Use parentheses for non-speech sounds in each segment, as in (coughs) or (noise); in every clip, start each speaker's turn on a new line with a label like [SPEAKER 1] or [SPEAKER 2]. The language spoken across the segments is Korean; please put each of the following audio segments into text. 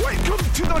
[SPEAKER 1] Welcome to the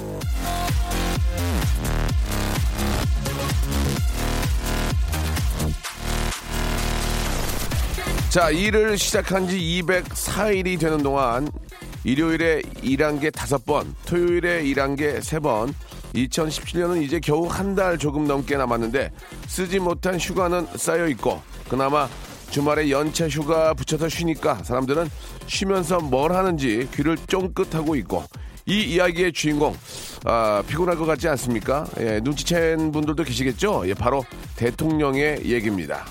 [SPEAKER 1] 자, 일을 시작한 지 204일이 되는 동안 일요일에 일한 게 5번, 토요일에 일한 게 3번, 2017년은 이제 겨우 한 달 조금 넘게 남았는데 쓰지 못한 휴가는 쌓여 있고 그나마 주말에 연차 휴가 붙여서 쉬니까 사람들은 쉬면서 뭘 하는지 귀를 쫑긋하고 있고 이 이야기의 주인공 아, 피곤할 것 같지 않습니까? 예, 눈치챈 분들도 계시겠죠? 예, 바로 대통령의 얘기입니다.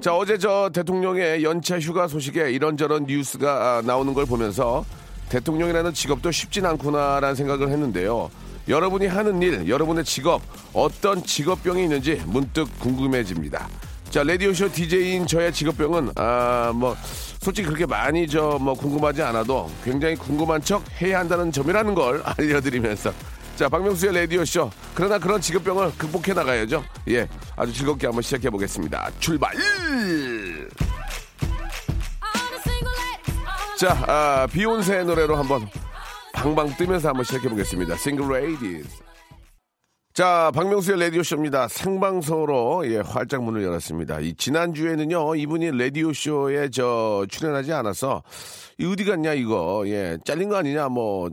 [SPEAKER 1] 자 어제 저 대통령의 연차 휴가 소식에 이런저런 뉴스가 아, 나오는 걸 보면서 대통령이라는 직업도 쉽진 않구나라는 생각을 했는데요. 여러분이 하는 일, 여러분의 직업, 어떤 직업병이 있는지 문득 궁금해집니다. 자, 라디오쇼 DJ인 저의 직업병은, 아, 뭐, 솔직히 그렇게 많이 저, 뭐, 궁금하지 않아도 굉장히 궁금한 척 해야 한다는 점이라는 걸 (laughs) 알려드리면서 자, 박명수의 라디오쇼. 그러나 그런 직업병을 극복해 나가야죠. 예, 아주 즐겁게 한번 시작해 보겠습니다. 출발! 자, 아, 비욘세의 노래로 한번 방방 뜨면서 한번 시작해 보겠습니다. 싱글 레이디즈. 자, 박명수의 라디오쇼입니다. 생방송으로, 예, 활짝 문을 열었습니다. 이, 지난주에는요, 이분이 라디오쇼에 저, 출연하지 않아서, 이 어디 갔냐, 이거, 예, 잘린 거 아니냐, 뭐,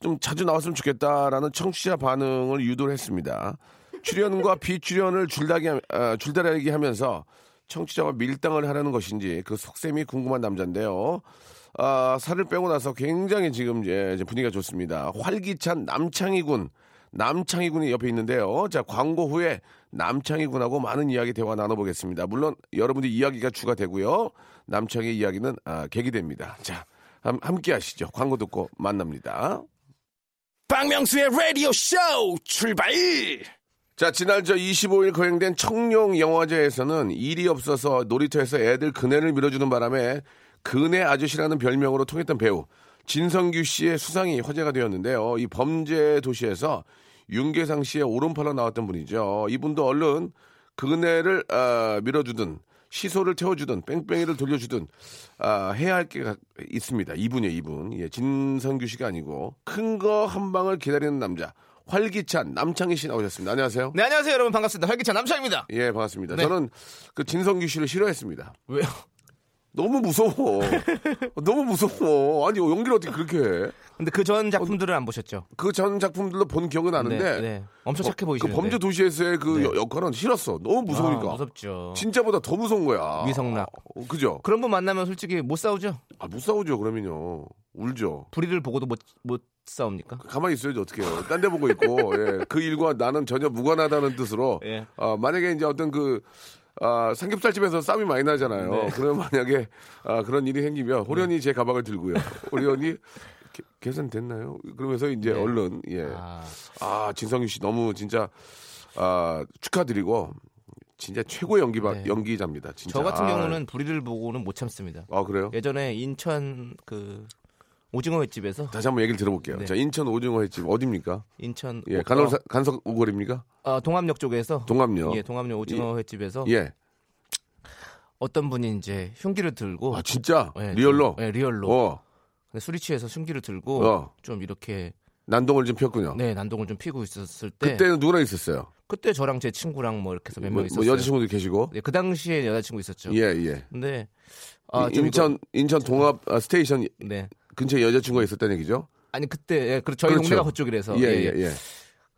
[SPEAKER 1] 좀 자주 나왔으면 좋겠다라는 청취자 반응을 유도를 했습니다. 출연과 비출연을 줄다기, 함- 아, 줄다리기 하면서, 청취자와 밀당을 하려는 것인지, 그 속셈이 궁금한 남자인데요. 아, 살을 빼고 나서 굉장히 지금, 예, 이제 분위기가 좋습니다. 활기찬 남창희군. 남창희 군이 옆에 있는데요. 자, 광고 후에 남창희 군하고 많은 이야기 대화 나눠보겠습니다. 물론 여러분들 이야기가 주가 되고요. 남창희 이야기는 아, 계기됩니다. 자, 함, 함께 하시죠. 광고 듣고 만납니다.
[SPEAKER 2] 박명수의 라디오 쇼 출발!
[SPEAKER 1] 자, 지난 저 25일 거행된 청룡 영화제에서는 일이 없어서 놀이터에서 애들 그네를 밀어주는 바람에 그네 아저씨라는 별명으로 통했던 배우 진성규 씨의 수상이 화제가 되었는데요. 이 범죄 도시에서 윤계상 씨의 오른팔로 나왔던 분이죠. 이분도 얼른 그네를 아, 밀어주든 시소를 태워주든 뺑뺑이를 돌려주든 아, 해야 할 게 있습니다. 이분이에요, 이분. 예, 진성규 씨가 아니고 큰 거 한 방을 기다리는 남자 활기찬 남창희 씨 나오셨습니다. 안녕하세요.
[SPEAKER 2] 네, 안녕하세요, 여러분. 반갑습니다. 활기찬 남창입니다.
[SPEAKER 1] 예, 반갑습니다.
[SPEAKER 2] 네.
[SPEAKER 1] 저는 그 진성규 씨를 싫어했습니다.
[SPEAKER 2] 왜요?
[SPEAKER 1] 너무 무서워.
[SPEAKER 2] (laughs)
[SPEAKER 1] 너무 무서워. 아니, 연기를 어떻게 그렇게 해?
[SPEAKER 2] 근데 그 전 작품들을 안 보셨죠?
[SPEAKER 1] 그 전 작품들로 본 기억은 나는데.
[SPEAKER 2] 엄청 착해
[SPEAKER 1] 그
[SPEAKER 2] 네, 보이시는데. 네.
[SPEAKER 1] 범죄 도시에서의 그 여- 역할은 싫었어. 너무 무서우니까.
[SPEAKER 2] 아, 무섭죠.
[SPEAKER 1] 진짜보다 더 무서운 거야.
[SPEAKER 2] 위성락.
[SPEAKER 1] 어, 그죠?
[SPEAKER 2] 그런 분 만나면 솔직히 못 싸우죠?
[SPEAKER 1] 아, 못 싸우죠, 그러면요. 울죠.
[SPEAKER 2] 불의를 보고도 못, 못 싸웁니까?
[SPEAKER 1] 가만히 있어야지 어떻게 해요. 딴 데 보고 있고 예, 그 일과 나는 전혀 무관하다는 뜻으로
[SPEAKER 2] 예.
[SPEAKER 1] 어, 만약에 이제 어떤 그 아, 삼겹살집에서 쌈이 많이 나잖아요.
[SPEAKER 2] 네.
[SPEAKER 1] 그러면 만약에 아, 그런 일이 생기면 호련이 제 가방을 들고요. 호련이 개- 계산됐나요? 그러면서 이제 얼른 예.
[SPEAKER 2] 네. 아,
[SPEAKER 1] 아 진성규 씨 너무 진짜 아, 축하드리고 진짜 최고 연기
[SPEAKER 2] 네.
[SPEAKER 1] 연기자입니다. 진짜.
[SPEAKER 2] 저 같은
[SPEAKER 1] 아,
[SPEAKER 2] 경우는 불의를 보고는 못 참습니다.
[SPEAKER 1] 아 그래요?
[SPEAKER 2] 예전에 인천 그 오징어 횟집에서
[SPEAKER 1] 다시 한번 얘기를 들어볼게요.
[SPEAKER 2] 네.
[SPEAKER 1] 자 인천 오징어 횟집 어디입니까?
[SPEAKER 2] 인천
[SPEAKER 1] 예,
[SPEAKER 2] 오-
[SPEAKER 1] 간호 간석 오거리입니까?
[SPEAKER 2] 어, 아, 동암역 쪽에서
[SPEAKER 1] 동암역.
[SPEAKER 2] 어. 예, 동암역 오징어 횟집에서
[SPEAKER 1] 예.
[SPEAKER 2] 어떤 분이 이제 흉기를 들고
[SPEAKER 1] 아 진짜
[SPEAKER 2] 예,
[SPEAKER 1] 리얼로.
[SPEAKER 2] 예, 리얼로
[SPEAKER 1] 어
[SPEAKER 2] 근데 술이 취해서 흉기를 들고
[SPEAKER 1] 어.
[SPEAKER 2] 좀 이렇게
[SPEAKER 1] 난동을 좀 폈군요.
[SPEAKER 2] 네 난동을 좀 피고 있었을 때 그때,
[SPEAKER 1] 그때는 누구랑 있었어요?
[SPEAKER 2] 저랑 제 친구랑 뭐 이렇게 해서 몇
[SPEAKER 1] 뭐,
[SPEAKER 2] 명 있었어요.
[SPEAKER 1] 여자친구도 계시고.
[SPEAKER 2] 네, 그 당시에 여자친구 있었죠.
[SPEAKER 1] 예 예.
[SPEAKER 2] 근데 아,
[SPEAKER 1] 인-
[SPEAKER 2] 좀
[SPEAKER 1] 인천 인천 동합 아, 스테이션
[SPEAKER 2] 이거- 네
[SPEAKER 1] 근처에 여자친구가 있었다는 얘기죠?
[SPEAKER 2] 아니 그때 예, 그 저희
[SPEAKER 1] 그렇죠.
[SPEAKER 2] 동네가 그쪽이라서
[SPEAKER 1] 예
[SPEAKER 2] 예,
[SPEAKER 1] 예 예.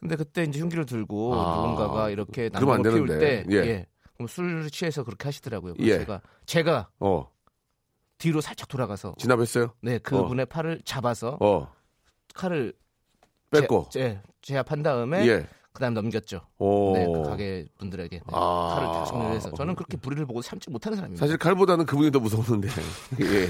[SPEAKER 2] 근데 그때 이제 흉기를 들고
[SPEAKER 1] 아,
[SPEAKER 2] 누군가가 이렇게
[SPEAKER 1] 그러면 안
[SPEAKER 2] 난동을 피울
[SPEAKER 1] 되는데.
[SPEAKER 2] 때
[SPEAKER 1] 예.
[SPEAKER 2] 예. 그럼 술 취해서 그렇게 하시더라고요. 그래서
[SPEAKER 1] 예.
[SPEAKER 2] 제가 제가
[SPEAKER 1] 어
[SPEAKER 2] 뒤로 살짝 돌아가서
[SPEAKER 1] 진압했어요?
[SPEAKER 2] 네 그분의 팔을 잡아서
[SPEAKER 1] 어
[SPEAKER 2] 칼을
[SPEAKER 1] 뺏고.
[SPEAKER 2] 제, 제, 제압한 다음에
[SPEAKER 1] 예.
[SPEAKER 2] 그다음 넘겼죠.
[SPEAKER 1] 오.
[SPEAKER 2] 네, 그 가게 분들에게 네,
[SPEAKER 1] 아. 음.
[SPEAKER 2] 칼을 다 정리를 해서 저는 그렇게 불의를 보고 참지 못하는 사람입니다.
[SPEAKER 1] 사실 칼보다는 그분이 더 무서웠는데. (laughs) 예.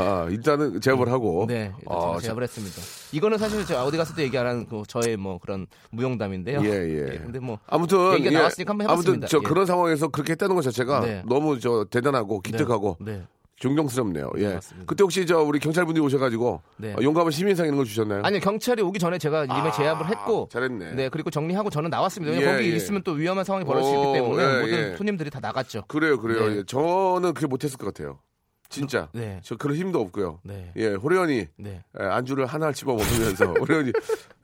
[SPEAKER 1] 아, 일단은 제압을 하고.
[SPEAKER 2] 네,
[SPEAKER 1] 아,
[SPEAKER 2] 아, 제압을 했습니다. 이거는 사실 제가 어디 갔을 때 얘기 안 하는 그 저의 뭐 그런 무용담인데요.
[SPEAKER 1] 예, 예.
[SPEAKER 2] 근데 뭐
[SPEAKER 1] 아무튼 예.
[SPEAKER 2] 얘기가 나왔으니까 한번 해봤습니다.
[SPEAKER 1] 아무튼 저
[SPEAKER 2] 예.
[SPEAKER 1] 그런 상황에서 그렇게 했다는 것 자체가
[SPEAKER 2] 네.
[SPEAKER 1] 너무 저 대단하고 기특하고
[SPEAKER 2] 네.
[SPEAKER 1] 존경스럽네요. 예.
[SPEAKER 2] 맞습니다.
[SPEAKER 1] 그때 혹시 저 우리 경찰분이 오셔가지고
[SPEAKER 2] 네.
[SPEAKER 1] 어, 용감한 시민상 이런 걸 주셨나요? 아,
[SPEAKER 2] 아니 경찰이 오기 전에 제가 이미 제압을 했고
[SPEAKER 1] 잘했네.
[SPEAKER 2] 네 그리고 정리하고 저는 나왔습니다. 왜냐면
[SPEAKER 1] 예,
[SPEAKER 2] 거기
[SPEAKER 1] 예.
[SPEAKER 2] 있으면 또 위험한 상황이 벌어질 수
[SPEAKER 1] 오,
[SPEAKER 2] 있기 때문에
[SPEAKER 1] 예,
[SPEAKER 2] 모든
[SPEAKER 1] 예.
[SPEAKER 2] 손님들이 다 나갔죠.
[SPEAKER 1] 그래요, 그래요.
[SPEAKER 2] 네.
[SPEAKER 1] 예, 저는 그게 못했을 것 같아요. 진짜.
[SPEAKER 2] 네.
[SPEAKER 1] 저 그런 힘도 없고요.
[SPEAKER 2] 네.
[SPEAKER 1] 예, 호련이
[SPEAKER 2] 네.
[SPEAKER 1] 예, 안주를 하나 집어
[SPEAKER 2] (laughs)
[SPEAKER 1] 먹으면서 호련이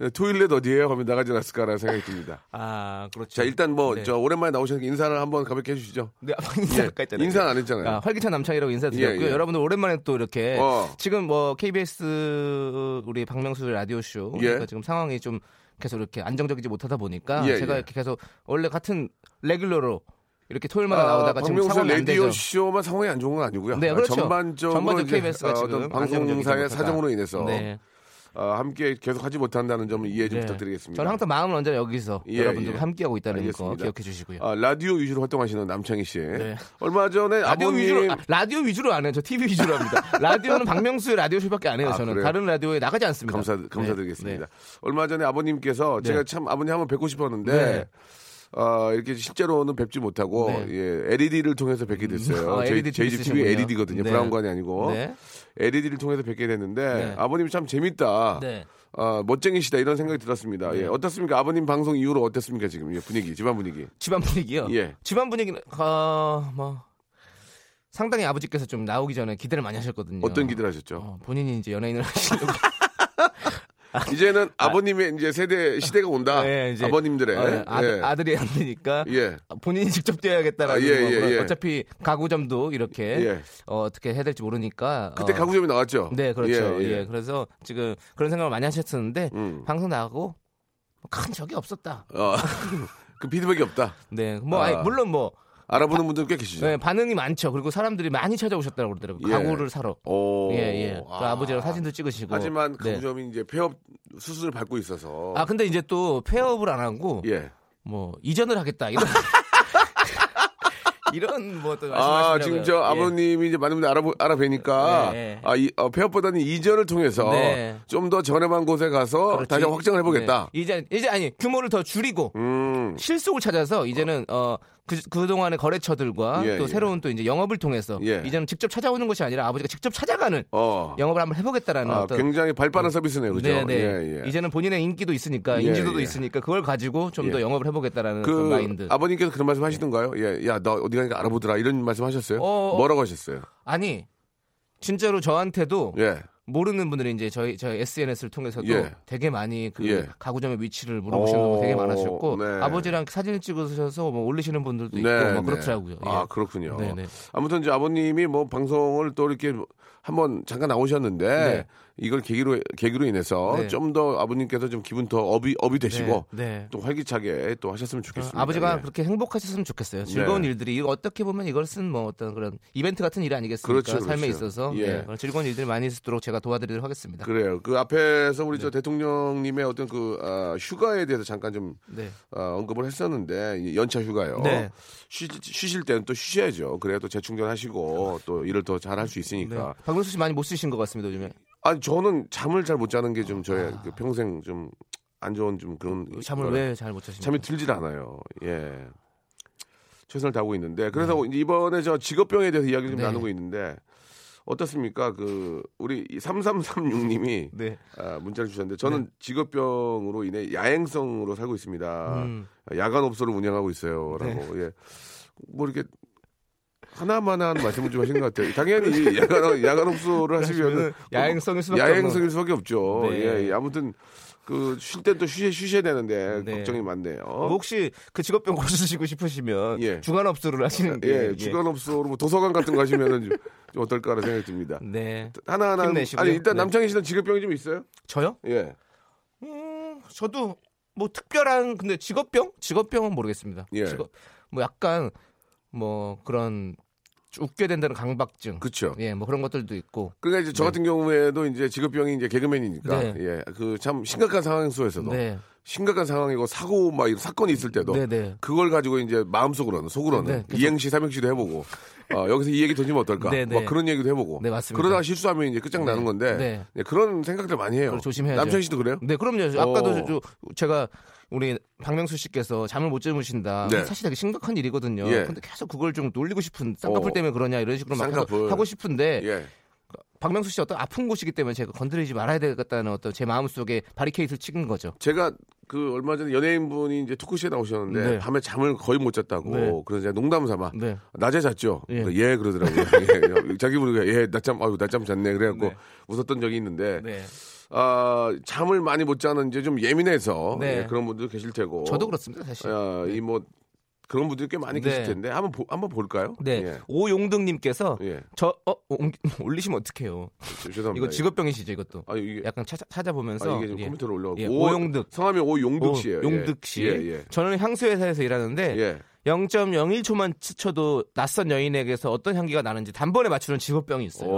[SPEAKER 1] 예, 토일렛 어디에요? 하면 나가지 않았을까라는 생각이 듭니다.
[SPEAKER 2] 아 그렇죠.
[SPEAKER 1] 자, 일단 뭐
[SPEAKER 2] 네.
[SPEAKER 1] 저 오랜만에 나오셔서 인사를 한번 가볍게 해주시죠.
[SPEAKER 2] 네, 인사 아까 했잖아요.
[SPEAKER 1] 예, 인사 안 했잖아요.
[SPEAKER 2] 아, 활기찬 남창이라고 인사드렸고요.
[SPEAKER 1] 예, 예.
[SPEAKER 2] 여러분들 오랜만에 또 이렇게
[SPEAKER 1] 어.
[SPEAKER 2] 지금 뭐 KBS 우리 박명수 라디오 쇼
[SPEAKER 1] 예.
[SPEAKER 2] 그러니까 지금 상황이 좀 계속 이렇게 안정적이지 못하다 보니까
[SPEAKER 1] 예,
[SPEAKER 2] 제가
[SPEAKER 1] 예.
[SPEAKER 2] 이렇게 계속 원래 같은 레귤러로 이렇게 토요일마다 어, 나오다가
[SPEAKER 1] 아,
[SPEAKER 2] 지금
[SPEAKER 1] 박명수
[SPEAKER 2] 상황이 안
[SPEAKER 1] 라디오
[SPEAKER 2] 되죠.
[SPEAKER 1] 쇼만 상황이 안 좋은 건 아니고요.
[SPEAKER 2] 네,
[SPEAKER 1] 아,
[SPEAKER 2] 그렇죠.
[SPEAKER 1] 전반적으로
[SPEAKER 2] 전반적
[SPEAKER 1] 이제,
[SPEAKER 2] KBS가
[SPEAKER 1] 어, 어떤
[SPEAKER 2] 지금
[SPEAKER 1] 방송사의
[SPEAKER 2] 안정적이지
[SPEAKER 1] 사정으로
[SPEAKER 2] 못하다.
[SPEAKER 1] 인해서
[SPEAKER 2] 네.
[SPEAKER 1] 어, 함께 계속 하지 못한다는 점을 이해 좀
[SPEAKER 2] 네.
[SPEAKER 1] 부탁드리겠습니다.
[SPEAKER 2] 저는 항상 마음은 언제나 여기서
[SPEAKER 1] 예,
[SPEAKER 2] 여러분들과
[SPEAKER 1] 예.
[SPEAKER 2] 함께하고 있다는 거
[SPEAKER 1] 알겠습니다.
[SPEAKER 2] 기억해 주시고요.
[SPEAKER 1] 아, 라디오 위주로 활동하시는 남창희 씨.
[SPEAKER 2] 네.
[SPEAKER 1] 얼마 전에
[SPEAKER 2] 라디오
[SPEAKER 1] 아버님
[SPEAKER 2] 위주로 아, 라디오 위주로 안 해요. 저 TV 위주로 합니다. 라디오는 박명수의 라디오 쇼밖에 안 해요.
[SPEAKER 1] 아,
[SPEAKER 2] 저는
[SPEAKER 1] 그래요?
[SPEAKER 2] 다른 라디오에 나가지 않습니다.
[SPEAKER 1] 감사
[SPEAKER 2] 네.
[SPEAKER 1] 감사드리겠습니다.
[SPEAKER 2] 네.
[SPEAKER 1] 얼마 전에 아버님께서
[SPEAKER 2] 네.
[SPEAKER 1] 제가 참 아버님 한번 뵙고 싶었는데
[SPEAKER 2] 네.
[SPEAKER 1] 어, 이렇게 실제로는 뵙지 못하고
[SPEAKER 2] 네.
[SPEAKER 1] 예, LED를 통해서 뵙게 됐어요.
[SPEAKER 2] 아,
[SPEAKER 1] 저희,
[SPEAKER 2] LED
[SPEAKER 1] 저희 집 TV
[SPEAKER 2] 있으시군요.
[SPEAKER 1] LED거든요.
[SPEAKER 2] 네.
[SPEAKER 1] 브라운관이 아니고
[SPEAKER 2] 네.
[SPEAKER 1] LED를 통해서 뵙게 됐는데
[SPEAKER 2] 네.
[SPEAKER 1] 아버님이 참 재밌다.
[SPEAKER 2] 네.
[SPEAKER 1] 아, 멋쟁이시다 이런 생각이 들었습니다. 예, 어떻습니까? 아버님 방송 이후로 어땠습니까 지금 예, 분위기 집안 분위기?
[SPEAKER 2] 집안 분위기요.
[SPEAKER 1] 예.
[SPEAKER 2] 집안 분위기는 어, 뭐 상당히 아버지께서 좀 나오기 전에 기대를 많이 하셨거든요.
[SPEAKER 1] 어떤 기대를 네. 하셨죠?
[SPEAKER 2] 어, 본인이 이제
[SPEAKER 1] (laughs)
[SPEAKER 2] 연예인을 하시려고
[SPEAKER 1] 이제는 아버님의 이제 세대 시대가 온다.
[SPEAKER 2] 예, 아. 이제,
[SPEAKER 1] 아버님들의
[SPEAKER 2] 어, 아,
[SPEAKER 1] 예.
[SPEAKER 2] 들이안 되니까
[SPEAKER 1] 예.
[SPEAKER 2] 본인이 직접 뛰어야겠다라는
[SPEAKER 1] 아, 예,
[SPEAKER 2] 거.
[SPEAKER 1] 예,
[SPEAKER 2] 그런-
[SPEAKER 1] 예.
[SPEAKER 2] 어차피 가구점도 이렇게
[SPEAKER 1] 예.
[SPEAKER 2] 어, 떻게 해야 될지 모르니까
[SPEAKER 1] 그때
[SPEAKER 2] 어,
[SPEAKER 1] 가구점이 나왔죠.
[SPEAKER 2] 네 그렇죠.
[SPEAKER 1] 예,
[SPEAKER 2] 예,
[SPEAKER 1] 예.
[SPEAKER 2] 그래서 지금 그런 생각을 많이 하셨었는데
[SPEAKER 1] 음.
[SPEAKER 2] 방송 나가고 큰 적이 없었다.
[SPEAKER 1] 어, (laughs) 그 피드백이 없다.
[SPEAKER 2] 네, 뭐
[SPEAKER 1] 아.
[SPEAKER 2] 아니, 물론 뭐
[SPEAKER 1] 알아보는 분들 꽤 계시죠.
[SPEAKER 2] 네, 반응이 많죠. 그리고 사람들이 많이 찾아오셨다고 그러더라고요.
[SPEAKER 1] 예.
[SPEAKER 2] 가구를 사러.
[SPEAKER 1] 오.
[SPEAKER 2] 예, 예. 그 아. 버지랑 사진도 찍으시고.
[SPEAKER 1] 하지만
[SPEAKER 2] 네.
[SPEAKER 1] 가구점이 이제 폐업 수술을 밟고 있어서.
[SPEAKER 2] 아, 근데 이제 또 폐업을 안 하고
[SPEAKER 1] 예.
[SPEAKER 2] 뭐 이전을 하겠다. 이런 (laughs) 이런 뭐또
[SPEAKER 1] 아, 지금 저 아버님이 이제 많은 분들 알아보, 알아뵈니까,
[SPEAKER 2] 예, 예.
[SPEAKER 1] 아, 이, 어, 폐업보다는 이전을 통해서
[SPEAKER 2] 네.
[SPEAKER 1] 좀 더 저렴한 곳에 가서 다시 한번 확장을 해보겠다.
[SPEAKER 2] 이제 이제 아니 규모를 더 줄이고
[SPEAKER 1] 음,
[SPEAKER 2] 실속을 찾아서 이제는 어그 동안의 거래처들과
[SPEAKER 1] 예,
[SPEAKER 2] 또
[SPEAKER 1] 예.
[SPEAKER 2] 새로운 또 이제 영업을 통해서
[SPEAKER 1] 예.
[SPEAKER 2] 이제는 직접 찾아오는 것이 아니라 아버지가 직접 찾아가는
[SPEAKER 1] 어.
[SPEAKER 2] 영업을 한번 해보겠다라는
[SPEAKER 1] 아,
[SPEAKER 2] 어떤
[SPEAKER 1] 굉장히 발 빠른 서비스네요, 그죠?
[SPEAKER 2] 네네.
[SPEAKER 1] 예, 예.
[SPEAKER 2] 이제는 본인의 인기도 있으니까
[SPEAKER 1] 예,
[SPEAKER 2] 인지도도
[SPEAKER 1] 예.
[SPEAKER 2] 있으니까 그걸 가지고 좀
[SPEAKER 1] 예.
[SPEAKER 2] 더 영업을 해보겠다라는 그
[SPEAKER 1] 그,
[SPEAKER 2] 마인드.
[SPEAKER 1] 아버님께서 그런 말씀 하시던가요? 예, 야, 너 어디 가니까 알아보더라. 이런 말씀 하셨어요?
[SPEAKER 2] 어, 어.
[SPEAKER 1] 뭐라고 하셨어요?
[SPEAKER 2] 아니 진짜로 저한테도
[SPEAKER 1] 예.
[SPEAKER 2] 모르는 분들이 이제 저희 저희 SNS를 통해서도
[SPEAKER 1] 예.
[SPEAKER 2] 되게 많이 그
[SPEAKER 1] 예.
[SPEAKER 2] 가구점의 위치를 물어보시는
[SPEAKER 1] 오,
[SPEAKER 2] 분들 되게 많으셨고
[SPEAKER 1] 네.
[SPEAKER 2] 아버지랑 사진을 찍으셔서 뭐 올리시는 분들도 있고 뭐 그렇더라고요. 예.
[SPEAKER 1] 아 그렇군요.
[SPEAKER 2] 네, 네.
[SPEAKER 1] 아무튼 이제 아버님이 뭐 방송을 또 이렇게 한번 잠깐 나오셨는데
[SPEAKER 2] 네.
[SPEAKER 1] 이걸 계기로 계기로 인해서
[SPEAKER 2] 네.
[SPEAKER 1] 좀 더 아버님께서 좀 기분 더 업이 업이 되시고
[SPEAKER 2] 네. 네.
[SPEAKER 1] 또 활기차게 또 하셨으면 좋겠습니다.
[SPEAKER 2] 아버지가
[SPEAKER 1] 예.
[SPEAKER 2] 그렇게 행복하셨으면 좋겠어요. 즐거운
[SPEAKER 1] 네.
[SPEAKER 2] 일들이 이거 어떻게 보면 이것은 뭐 어떤 그런 이벤트 같은 일 아니겠습니까?
[SPEAKER 1] 그렇죠,
[SPEAKER 2] 삶에
[SPEAKER 1] 그렇죠.
[SPEAKER 2] 있어서
[SPEAKER 1] 예.
[SPEAKER 2] 네, 그런 즐거운 일들이 많이 있도록 제가 도와드리도록 하겠습니다.
[SPEAKER 1] 그래요. 그 앞에서 우리 저 대통령님의 어떤 그 아, 휴가에 대해서 잠깐 좀
[SPEAKER 2] 네.
[SPEAKER 1] 아, 언급을 했었는데 이 연차 휴가요.
[SPEAKER 2] 네.
[SPEAKER 1] 쉬, 실 때는 또 쉬셔야죠. 그래야 또 재충전하시고 또 일을 더 잘 할 수 있으니까.
[SPEAKER 2] 네. 박명수 씨 많이 못 쓰신 것 같습니다 요즘에
[SPEAKER 1] 아니 저는 잠을 잘 못 자는 게 좀 저의 그 평생 좀 안 좋은 좀 그런
[SPEAKER 2] 아. 잠을
[SPEAKER 1] 거라-
[SPEAKER 2] 왜 잘 못 자십니까?
[SPEAKER 1] 잠이 들질 않아요. 예. 최선을 다하고 있는데 그래서 이제 이번에 저 직업병에 대해서 이야기를 좀
[SPEAKER 2] 네.
[SPEAKER 1] 나누고 있는데 어떻습니까? 그 우리 3336님이
[SPEAKER 2] 네.
[SPEAKER 1] 아, 문자를 주셨는데 저는 직업병으로 인해 야행성으로 살고 있습니다.
[SPEAKER 2] 음. 네.
[SPEAKER 1] 야간 업소를 운영하고 있어요라고. 예. 뭐 이렇게 하나만한 말씀을 좀 하신 것 같아요. 당연히 야간 야간
[SPEAKER 2] (laughs)
[SPEAKER 1] 업소를 하시면은
[SPEAKER 2] 네,
[SPEAKER 1] 뭐
[SPEAKER 2] 야행성일 수밖에 없는-
[SPEAKER 1] 야행성일 수밖에 없죠.
[SPEAKER 2] 네.
[SPEAKER 1] 예, 예. 아무튼 그 쉴 땐 또 쉬, 쉬셔야 되는데
[SPEAKER 2] 네.
[SPEAKER 1] 걱정이 많네요.
[SPEAKER 2] 뭐 혹시 그 직업병 고치시고 싶으시면
[SPEAKER 1] 어? 예.
[SPEAKER 2] 주간 업소를 하시는 게
[SPEAKER 1] 예, 주간 업소로 뭐 도서관 같은 거 하시면은 좀, 좀 어떨까라는 생각이 듭니다.
[SPEAKER 2] 네.
[SPEAKER 1] 하나하나
[SPEAKER 2] 힘내시고요.
[SPEAKER 1] 아니 일단
[SPEAKER 2] 네.
[SPEAKER 1] 남창희 씨는 직업병이 좀 있어요?
[SPEAKER 2] 저요?
[SPEAKER 1] 예.
[SPEAKER 2] 음, 저도 뭐 특별한 근데 직업병? 직업병은 모르겠습니다.
[SPEAKER 1] 예.
[SPEAKER 2] 직업, 뭐 약간 뭐 그런 웃게 된다는 강박증.
[SPEAKER 1] 그렇죠.
[SPEAKER 2] 예, 뭐 그런 것들도 있고.
[SPEAKER 1] 그러니까 이제 저 같은 경우에도 이제 직업병이 이제 개그맨이니까
[SPEAKER 2] 네.
[SPEAKER 1] 예. 그 참 심각한 상황 속에서도
[SPEAKER 2] 네.
[SPEAKER 1] 심각한 상황이고 사고 막 이런 사건이 있을 때도
[SPEAKER 2] 네네.
[SPEAKER 1] 그걸 가지고 이제 마음속으로는 속으로는
[SPEAKER 2] 네, 그죠.
[SPEAKER 1] 이행시 삼행시도 해보고 어, 여기서 이 얘기 던지면 어떨까
[SPEAKER 2] 네, 네.
[SPEAKER 1] 막 그런 얘기도 해보고
[SPEAKER 2] 네, 맞습니다.
[SPEAKER 1] 그러다가 실수하면 이제 끝장나는
[SPEAKER 2] 네,
[SPEAKER 1] 건데
[SPEAKER 2] 네.
[SPEAKER 1] 네, 그런 생각들 많이 해요
[SPEAKER 2] 그걸 조심해야죠.
[SPEAKER 1] 남편 씨도 그래요?
[SPEAKER 2] 네, 그럼요. 아까도
[SPEAKER 1] 어.
[SPEAKER 2] 저- 저- 제가 우리 박명수 씨께서 잠을 못 주무신다.
[SPEAKER 1] 네.
[SPEAKER 2] 사실 되게 심각한 일이거든요.
[SPEAKER 1] 예.
[SPEAKER 2] 근데 계속 그걸 좀 놀리고 싶은 쌍꺼풀
[SPEAKER 1] 어.
[SPEAKER 2] 때문에 그러냐 이런 식으로 막 계속
[SPEAKER 1] 쌍꺼풀.
[SPEAKER 2] 하고 싶은데
[SPEAKER 1] 예.
[SPEAKER 2] 박명수 씨 어떤 아픈 곳이기 때문에 제가 건드리지 말아야 되겠다는 어떤 제 마음속에 바리케이트를 찍은 거죠.
[SPEAKER 1] 제가 그 얼마 전에 연예인분이 이제 토크쇼에 나오셨는데
[SPEAKER 2] 네.
[SPEAKER 1] 밤에 잠을 거의 못 잤다고
[SPEAKER 2] 네.
[SPEAKER 1] 그래서 제가 농담 삼아
[SPEAKER 2] 네.
[SPEAKER 1] 낮에 잤죠.
[SPEAKER 2] 예.
[SPEAKER 1] 그래서 예,
[SPEAKER 2] (laughs)
[SPEAKER 1] 그러더라고요. (laughs) 예. 자기 모르게 예 낮잠 아유 낮잠 잤네 그래갖고
[SPEAKER 2] 네.
[SPEAKER 1] 웃었던 적이 있는데
[SPEAKER 2] 네.
[SPEAKER 1] 아 잠을 많이 못 자는 이제 좀 예민해서
[SPEAKER 2] 네.
[SPEAKER 1] 예, 그런 분들 계실 테고
[SPEAKER 2] 저도 그렇습니다, 사실.
[SPEAKER 1] 이 뭐 그런 분들이 꽤 많이
[SPEAKER 2] 네.
[SPEAKER 1] 계실 텐데 한번 보, 한번 볼까요?
[SPEAKER 2] 네.
[SPEAKER 1] 예.
[SPEAKER 2] 오용등 님께서
[SPEAKER 1] 예.
[SPEAKER 2] 저 어 옮- (laughs) 올리시면 어떡해요.
[SPEAKER 1] 죄- 죄송합니다. 예.
[SPEAKER 2] 이거 직업병이시죠, 이것도.
[SPEAKER 1] 아 이게
[SPEAKER 2] 약간 찾아, 찾아보면서
[SPEAKER 1] 아, 이게 좀
[SPEAKER 2] 예.
[SPEAKER 1] 컴퓨터로 올라오고
[SPEAKER 2] 예, 오용득.
[SPEAKER 1] 성함이 오용득 씨예요.
[SPEAKER 2] 오,
[SPEAKER 1] 예.
[SPEAKER 2] 용득 씨. 네.
[SPEAKER 1] 예, 예.
[SPEAKER 2] 저는 향수 회사에서 일하는데
[SPEAKER 1] 예.
[SPEAKER 2] 0.01초만 스쳐도 낯선 여인에게서 어떤 향기가 나는지 단번에 맞추는 직업병이 있어요.
[SPEAKER 1] 오.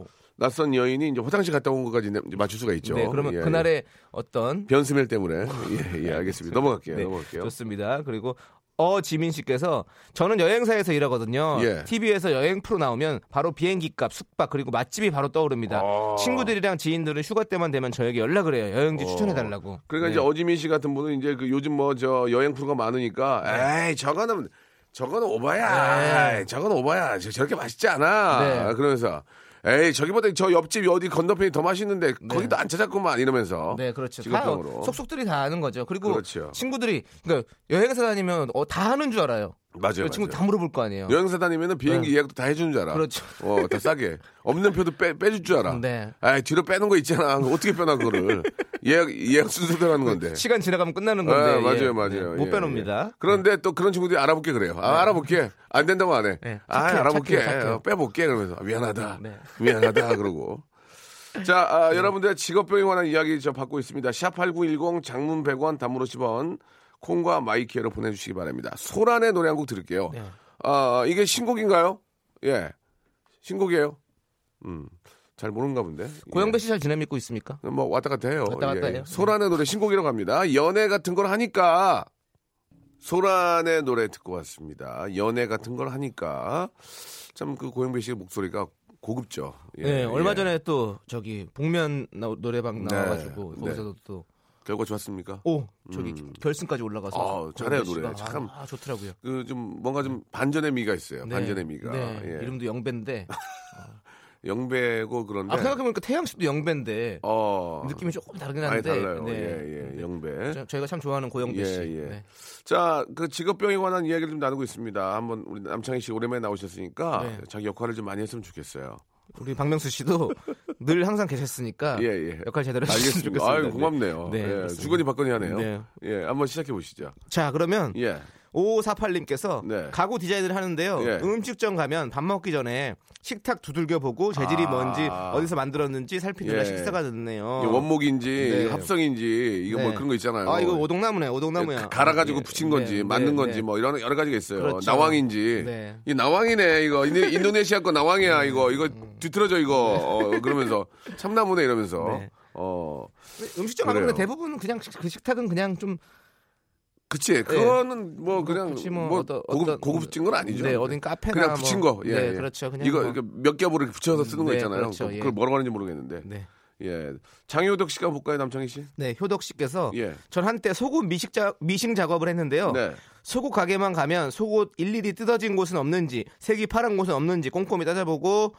[SPEAKER 2] 오.
[SPEAKER 1] 낯선 여인이 이제 화장실 갔다 온 것까지 이제 맞출 수가 있죠.
[SPEAKER 2] 네, 그러면
[SPEAKER 1] 예, 예.
[SPEAKER 2] 그날의 어떤
[SPEAKER 1] 변스멜
[SPEAKER 2] (laughs)
[SPEAKER 1] 때문에 예, 예, 알겠습니다. 넘어갈게요.
[SPEAKER 2] 네,
[SPEAKER 1] 넘어갈게요.
[SPEAKER 2] 좋습니다. 그리고 어 지민 씨께서 저는 여행사에서 일하거든요.
[SPEAKER 1] 예.
[SPEAKER 2] TV에서 여행 프로 나오면 바로 비행기 값, 숙박 그리고 맛집이 바로 떠오릅니다.
[SPEAKER 1] 아.
[SPEAKER 2] 친구들이랑 지인들은 휴가 때만 되면 저에게 연락을 해요. 여행지
[SPEAKER 1] 어.
[SPEAKER 2] 추천해 달라고. 네.
[SPEAKER 1] 그러니까 이제 어지민 씨 같은 분은 이제 그 요즘 뭐 저 여행 프로가 많으니까 에이 저거는 저거는 오바야.
[SPEAKER 2] 네.
[SPEAKER 1] 에이, 저건 오바야. 저, 저렇게 맛있지 않아.
[SPEAKER 2] 네.
[SPEAKER 1] 그러면서 에이 저기보다 저 옆집 어디 건너편이 더 맛있는데 거기도 안 찾았구만 이러면서
[SPEAKER 2] 네, 그렇죠. 다
[SPEAKER 1] 어, 직업병으로.
[SPEAKER 2] 속속들이 다 아는 거죠. 그리고
[SPEAKER 1] 그렇죠.
[SPEAKER 2] 친구들이 그러니까 여행사 다니면 어, 다 하는 줄 알아요. 그러니까
[SPEAKER 1] 맞아요.
[SPEAKER 2] 그 친구
[SPEAKER 1] 네, 맞아요.
[SPEAKER 2] 다 물어볼 거 아니에요.
[SPEAKER 1] 여행사 다니면은 비행기
[SPEAKER 2] 네.
[SPEAKER 1] 예약도 다 해주는 줄 알아.
[SPEAKER 2] 그렇죠.
[SPEAKER 1] 어, 다 싸게. 없는 표도 빼, 빼줄 줄 알아.
[SPEAKER 2] 네.
[SPEAKER 1] 아이, 뒤로 빼는 거 있잖아. 어떻게 빼나,
[SPEAKER 2] (laughs)
[SPEAKER 1] 그거를. 예약, 예약 순서대로 하는 건데.
[SPEAKER 2] 시간 지나가면 끝나는
[SPEAKER 1] 아,
[SPEAKER 2] 건데.
[SPEAKER 1] 맞아요,
[SPEAKER 2] 예.
[SPEAKER 1] 맞아요.
[SPEAKER 2] 네, 못
[SPEAKER 1] 예,
[SPEAKER 2] 빼놉니다.
[SPEAKER 1] 예. 그런데 또 그런 친구들이 알아볼게 그래요. 아, 알아볼게. 안 된다고 안 해.
[SPEAKER 2] 네,
[SPEAKER 1] 아,
[SPEAKER 2] 착해요,
[SPEAKER 1] 알아볼게.
[SPEAKER 2] 착해요, 착해요.
[SPEAKER 1] 어, 빼볼게. 그러면서 아, 미안하다.
[SPEAKER 2] 네. (laughs)
[SPEAKER 1] 미안하다. 그러고. 자, 아, 여러분들의 직업병에 관한 이야기 저 받고 있습니다. 샵8910 장문 100원 단문 50원 콩과 마이키에로 보내주시기 바랍니다. 소란의 노래 한 곡 들을게요.
[SPEAKER 2] 네.
[SPEAKER 1] 아, 이게 신곡인가요? 예. 신곡이에요. 음. 잘 모르는가 본데.
[SPEAKER 2] 고영배
[SPEAKER 1] 예.
[SPEAKER 2] 씨 잘 지내고 있습니까?
[SPEAKER 1] 뭐 왔다 갔다 해요. 예.
[SPEAKER 2] 왔다 갔다 해요. 네.
[SPEAKER 1] 소란의 노래 신곡이라고 합니다. 연애 같은 걸 하니까 소란의 노래 듣고 왔습니다. 연애 같은 걸 하니까 참 그 고영배 씨의 목소리가 고급죠. 예,
[SPEAKER 2] 네, 얼마
[SPEAKER 1] 예.
[SPEAKER 2] 전에 또 저기 복면 나- 노래방
[SPEAKER 1] 네,
[SPEAKER 2] 나와가지고
[SPEAKER 1] 네.
[SPEAKER 2] 거기서도 또.
[SPEAKER 1] 결과 좋았습니까?
[SPEAKER 2] 오 저기 결승까지 올라가서
[SPEAKER 1] 아,
[SPEAKER 2] 고영배
[SPEAKER 1] 잘해요,
[SPEAKER 2] 씨가
[SPEAKER 1] 노래.
[SPEAKER 2] 아,
[SPEAKER 1] 참.
[SPEAKER 2] 아, 좋더라고요.
[SPEAKER 1] 그 좀 뭔가 좀 반전의 미가 있어요.
[SPEAKER 2] 네,
[SPEAKER 1] 반전의 미가
[SPEAKER 2] 네,
[SPEAKER 1] 예. (laughs)
[SPEAKER 2] 이름도 영배인데
[SPEAKER 1] 영배고 그런데
[SPEAKER 2] 아 생각해보니까 태양 씨도 영배인데
[SPEAKER 1] 네. 어
[SPEAKER 2] 느낌이 조금 다르긴
[SPEAKER 1] 많이
[SPEAKER 2] 한데
[SPEAKER 1] 달라요.
[SPEAKER 2] 네.
[SPEAKER 1] 예, 예, 영배.
[SPEAKER 2] 저- 저희가 참 좋아하는 고영배
[SPEAKER 1] 예,
[SPEAKER 2] 씨.
[SPEAKER 1] 예.
[SPEAKER 2] 네.
[SPEAKER 1] 자, 그 직업병에 관한 이야기를 좀 나누고 있습니다. 한번 우리 남창희 씨 오랜만에 나오셨으니까
[SPEAKER 2] 네.
[SPEAKER 1] 자기 역할을 좀 많이 했으면 좋겠어요.
[SPEAKER 2] 우리 박명수 씨도 (laughs) 늘 항상 계셨으니까
[SPEAKER 1] 예, 예.
[SPEAKER 2] 역할 제대로 해주셨으면
[SPEAKER 1] (laughs) 알겠습니다.
[SPEAKER 2] 좋겠습니다.
[SPEAKER 1] 아유, 고맙네요.
[SPEAKER 2] 네,
[SPEAKER 1] 예,
[SPEAKER 2] 그렇습니다.
[SPEAKER 1] 주거니 받거니 하네요.
[SPEAKER 2] 네.
[SPEAKER 1] 예, 한번 시작해 보시죠.
[SPEAKER 2] 자 그러면
[SPEAKER 1] 예.
[SPEAKER 2] 5548님께서
[SPEAKER 1] 네.
[SPEAKER 2] 가구 디자인을 하는데요.
[SPEAKER 1] 예.
[SPEAKER 2] 음식점 가면 밥 먹기 전에 식탁 두들겨 보고 재질이
[SPEAKER 1] 아.
[SPEAKER 2] 뭔지 어디서 만들었는지 살피느라
[SPEAKER 1] 예.
[SPEAKER 2] 식사가 늦네요.
[SPEAKER 1] 이게 원목인지
[SPEAKER 2] 어. 네.
[SPEAKER 1] 이게 합성인지 이거 뭐
[SPEAKER 2] 네.
[SPEAKER 1] 그런 거 있잖아요.
[SPEAKER 2] 아 이거 오동나무네 오동나무야.
[SPEAKER 1] 갈아 가지고
[SPEAKER 2] 예.
[SPEAKER 1] 붙인 건지
[SPEAKER 2] 네,
[SPEAKER 1] 맞는
[SPEAKER 2] 네,
[SPEAKER 1] 건지
[SPEAKER 2] 네.
[SPEAKER 1] 뭐 이런 여러 가지가 있어요.
[SPEAKER 2] 그렇죠.
[SPEAKER 1] 나왕인지.
[SPEAKER 2] 네.
[SPEAKER 1] 이 나왕이네 이거
[SPEAKER 2] (laughs)
[SPEAKER 1] 인도, 인도네시아 거 나왕이야 이거 이거
[SPEAKER 2] 음.
[SPEAKER 1] 뒤틀어져 이거 어,
[SPEAKER 2] (laughs)
[SPEAKER 1] 그러면서 참나무네 이러면서
[SPEAKER 2] 네.
[SPEAKER 1] 어
[SPEAKER 2] 음식점 가면
[SPEAKER 1] 그래요.
[SPEAKER 2] 근데 대부분 그냥 식- 그 식탁은 그냥 좀
[SPEAKER 1] 그치 그거는 뭐 그냥
[SPEAKER 2] 굳이
[SPEAKER 1] 뭐,
[SPEAKER 2] 어떤-
[SPEAKER 1] 고급
[SPEAKER 2] 어떤-
[SPEAKER 1] 고급진 건 아니죠.
[SPEAKER 2] 네, 어딘 카페나
[SPEAKER 1] 그냥
[SPEAKER 2] 뭐-
[SPEAKER 1] 붙인 거. 예,
[SPEAKER 2] 네,
[SPEAKER 1] 예.
[SPEAKER 2] 그렇죠. 그냥
[SPEAKER 1] 이거
[SPEAKER 2] 뭐-
[SPEAKER 1] 이렇게 몇 겹으로 이렇게 붙여서 쓰는 거
[SPEAKER 2] 네,
[SPEAKER 1] 있잖아요.
[SPEAKER 2] 그렇죠,
[SPEAKER 1] 그-
[SPEAKER 2] 예.
[SPEAKER 1] 그걸 뭐라고 하는지 모르겠는데.
[SPEAKER 2] 네.
[SPEAKER 1] 예. 장효덕 씨가 볼까요, 남창희 씨?
[SPEAKER 2] 네, 효덕 씨께서
[SPEAKER 1] 예.
[SPEAKER 2] 전 한때 속옷 미식 자, 미싱 작업을 했는데요.
[SPEAKER 1] 네.
[SPEAKER 2] 속옷 가게만 가면 속옷 일일이 뜯어진 곳은 없는지 색이 파란 곳은 없는지 꼼꼼히 따져보고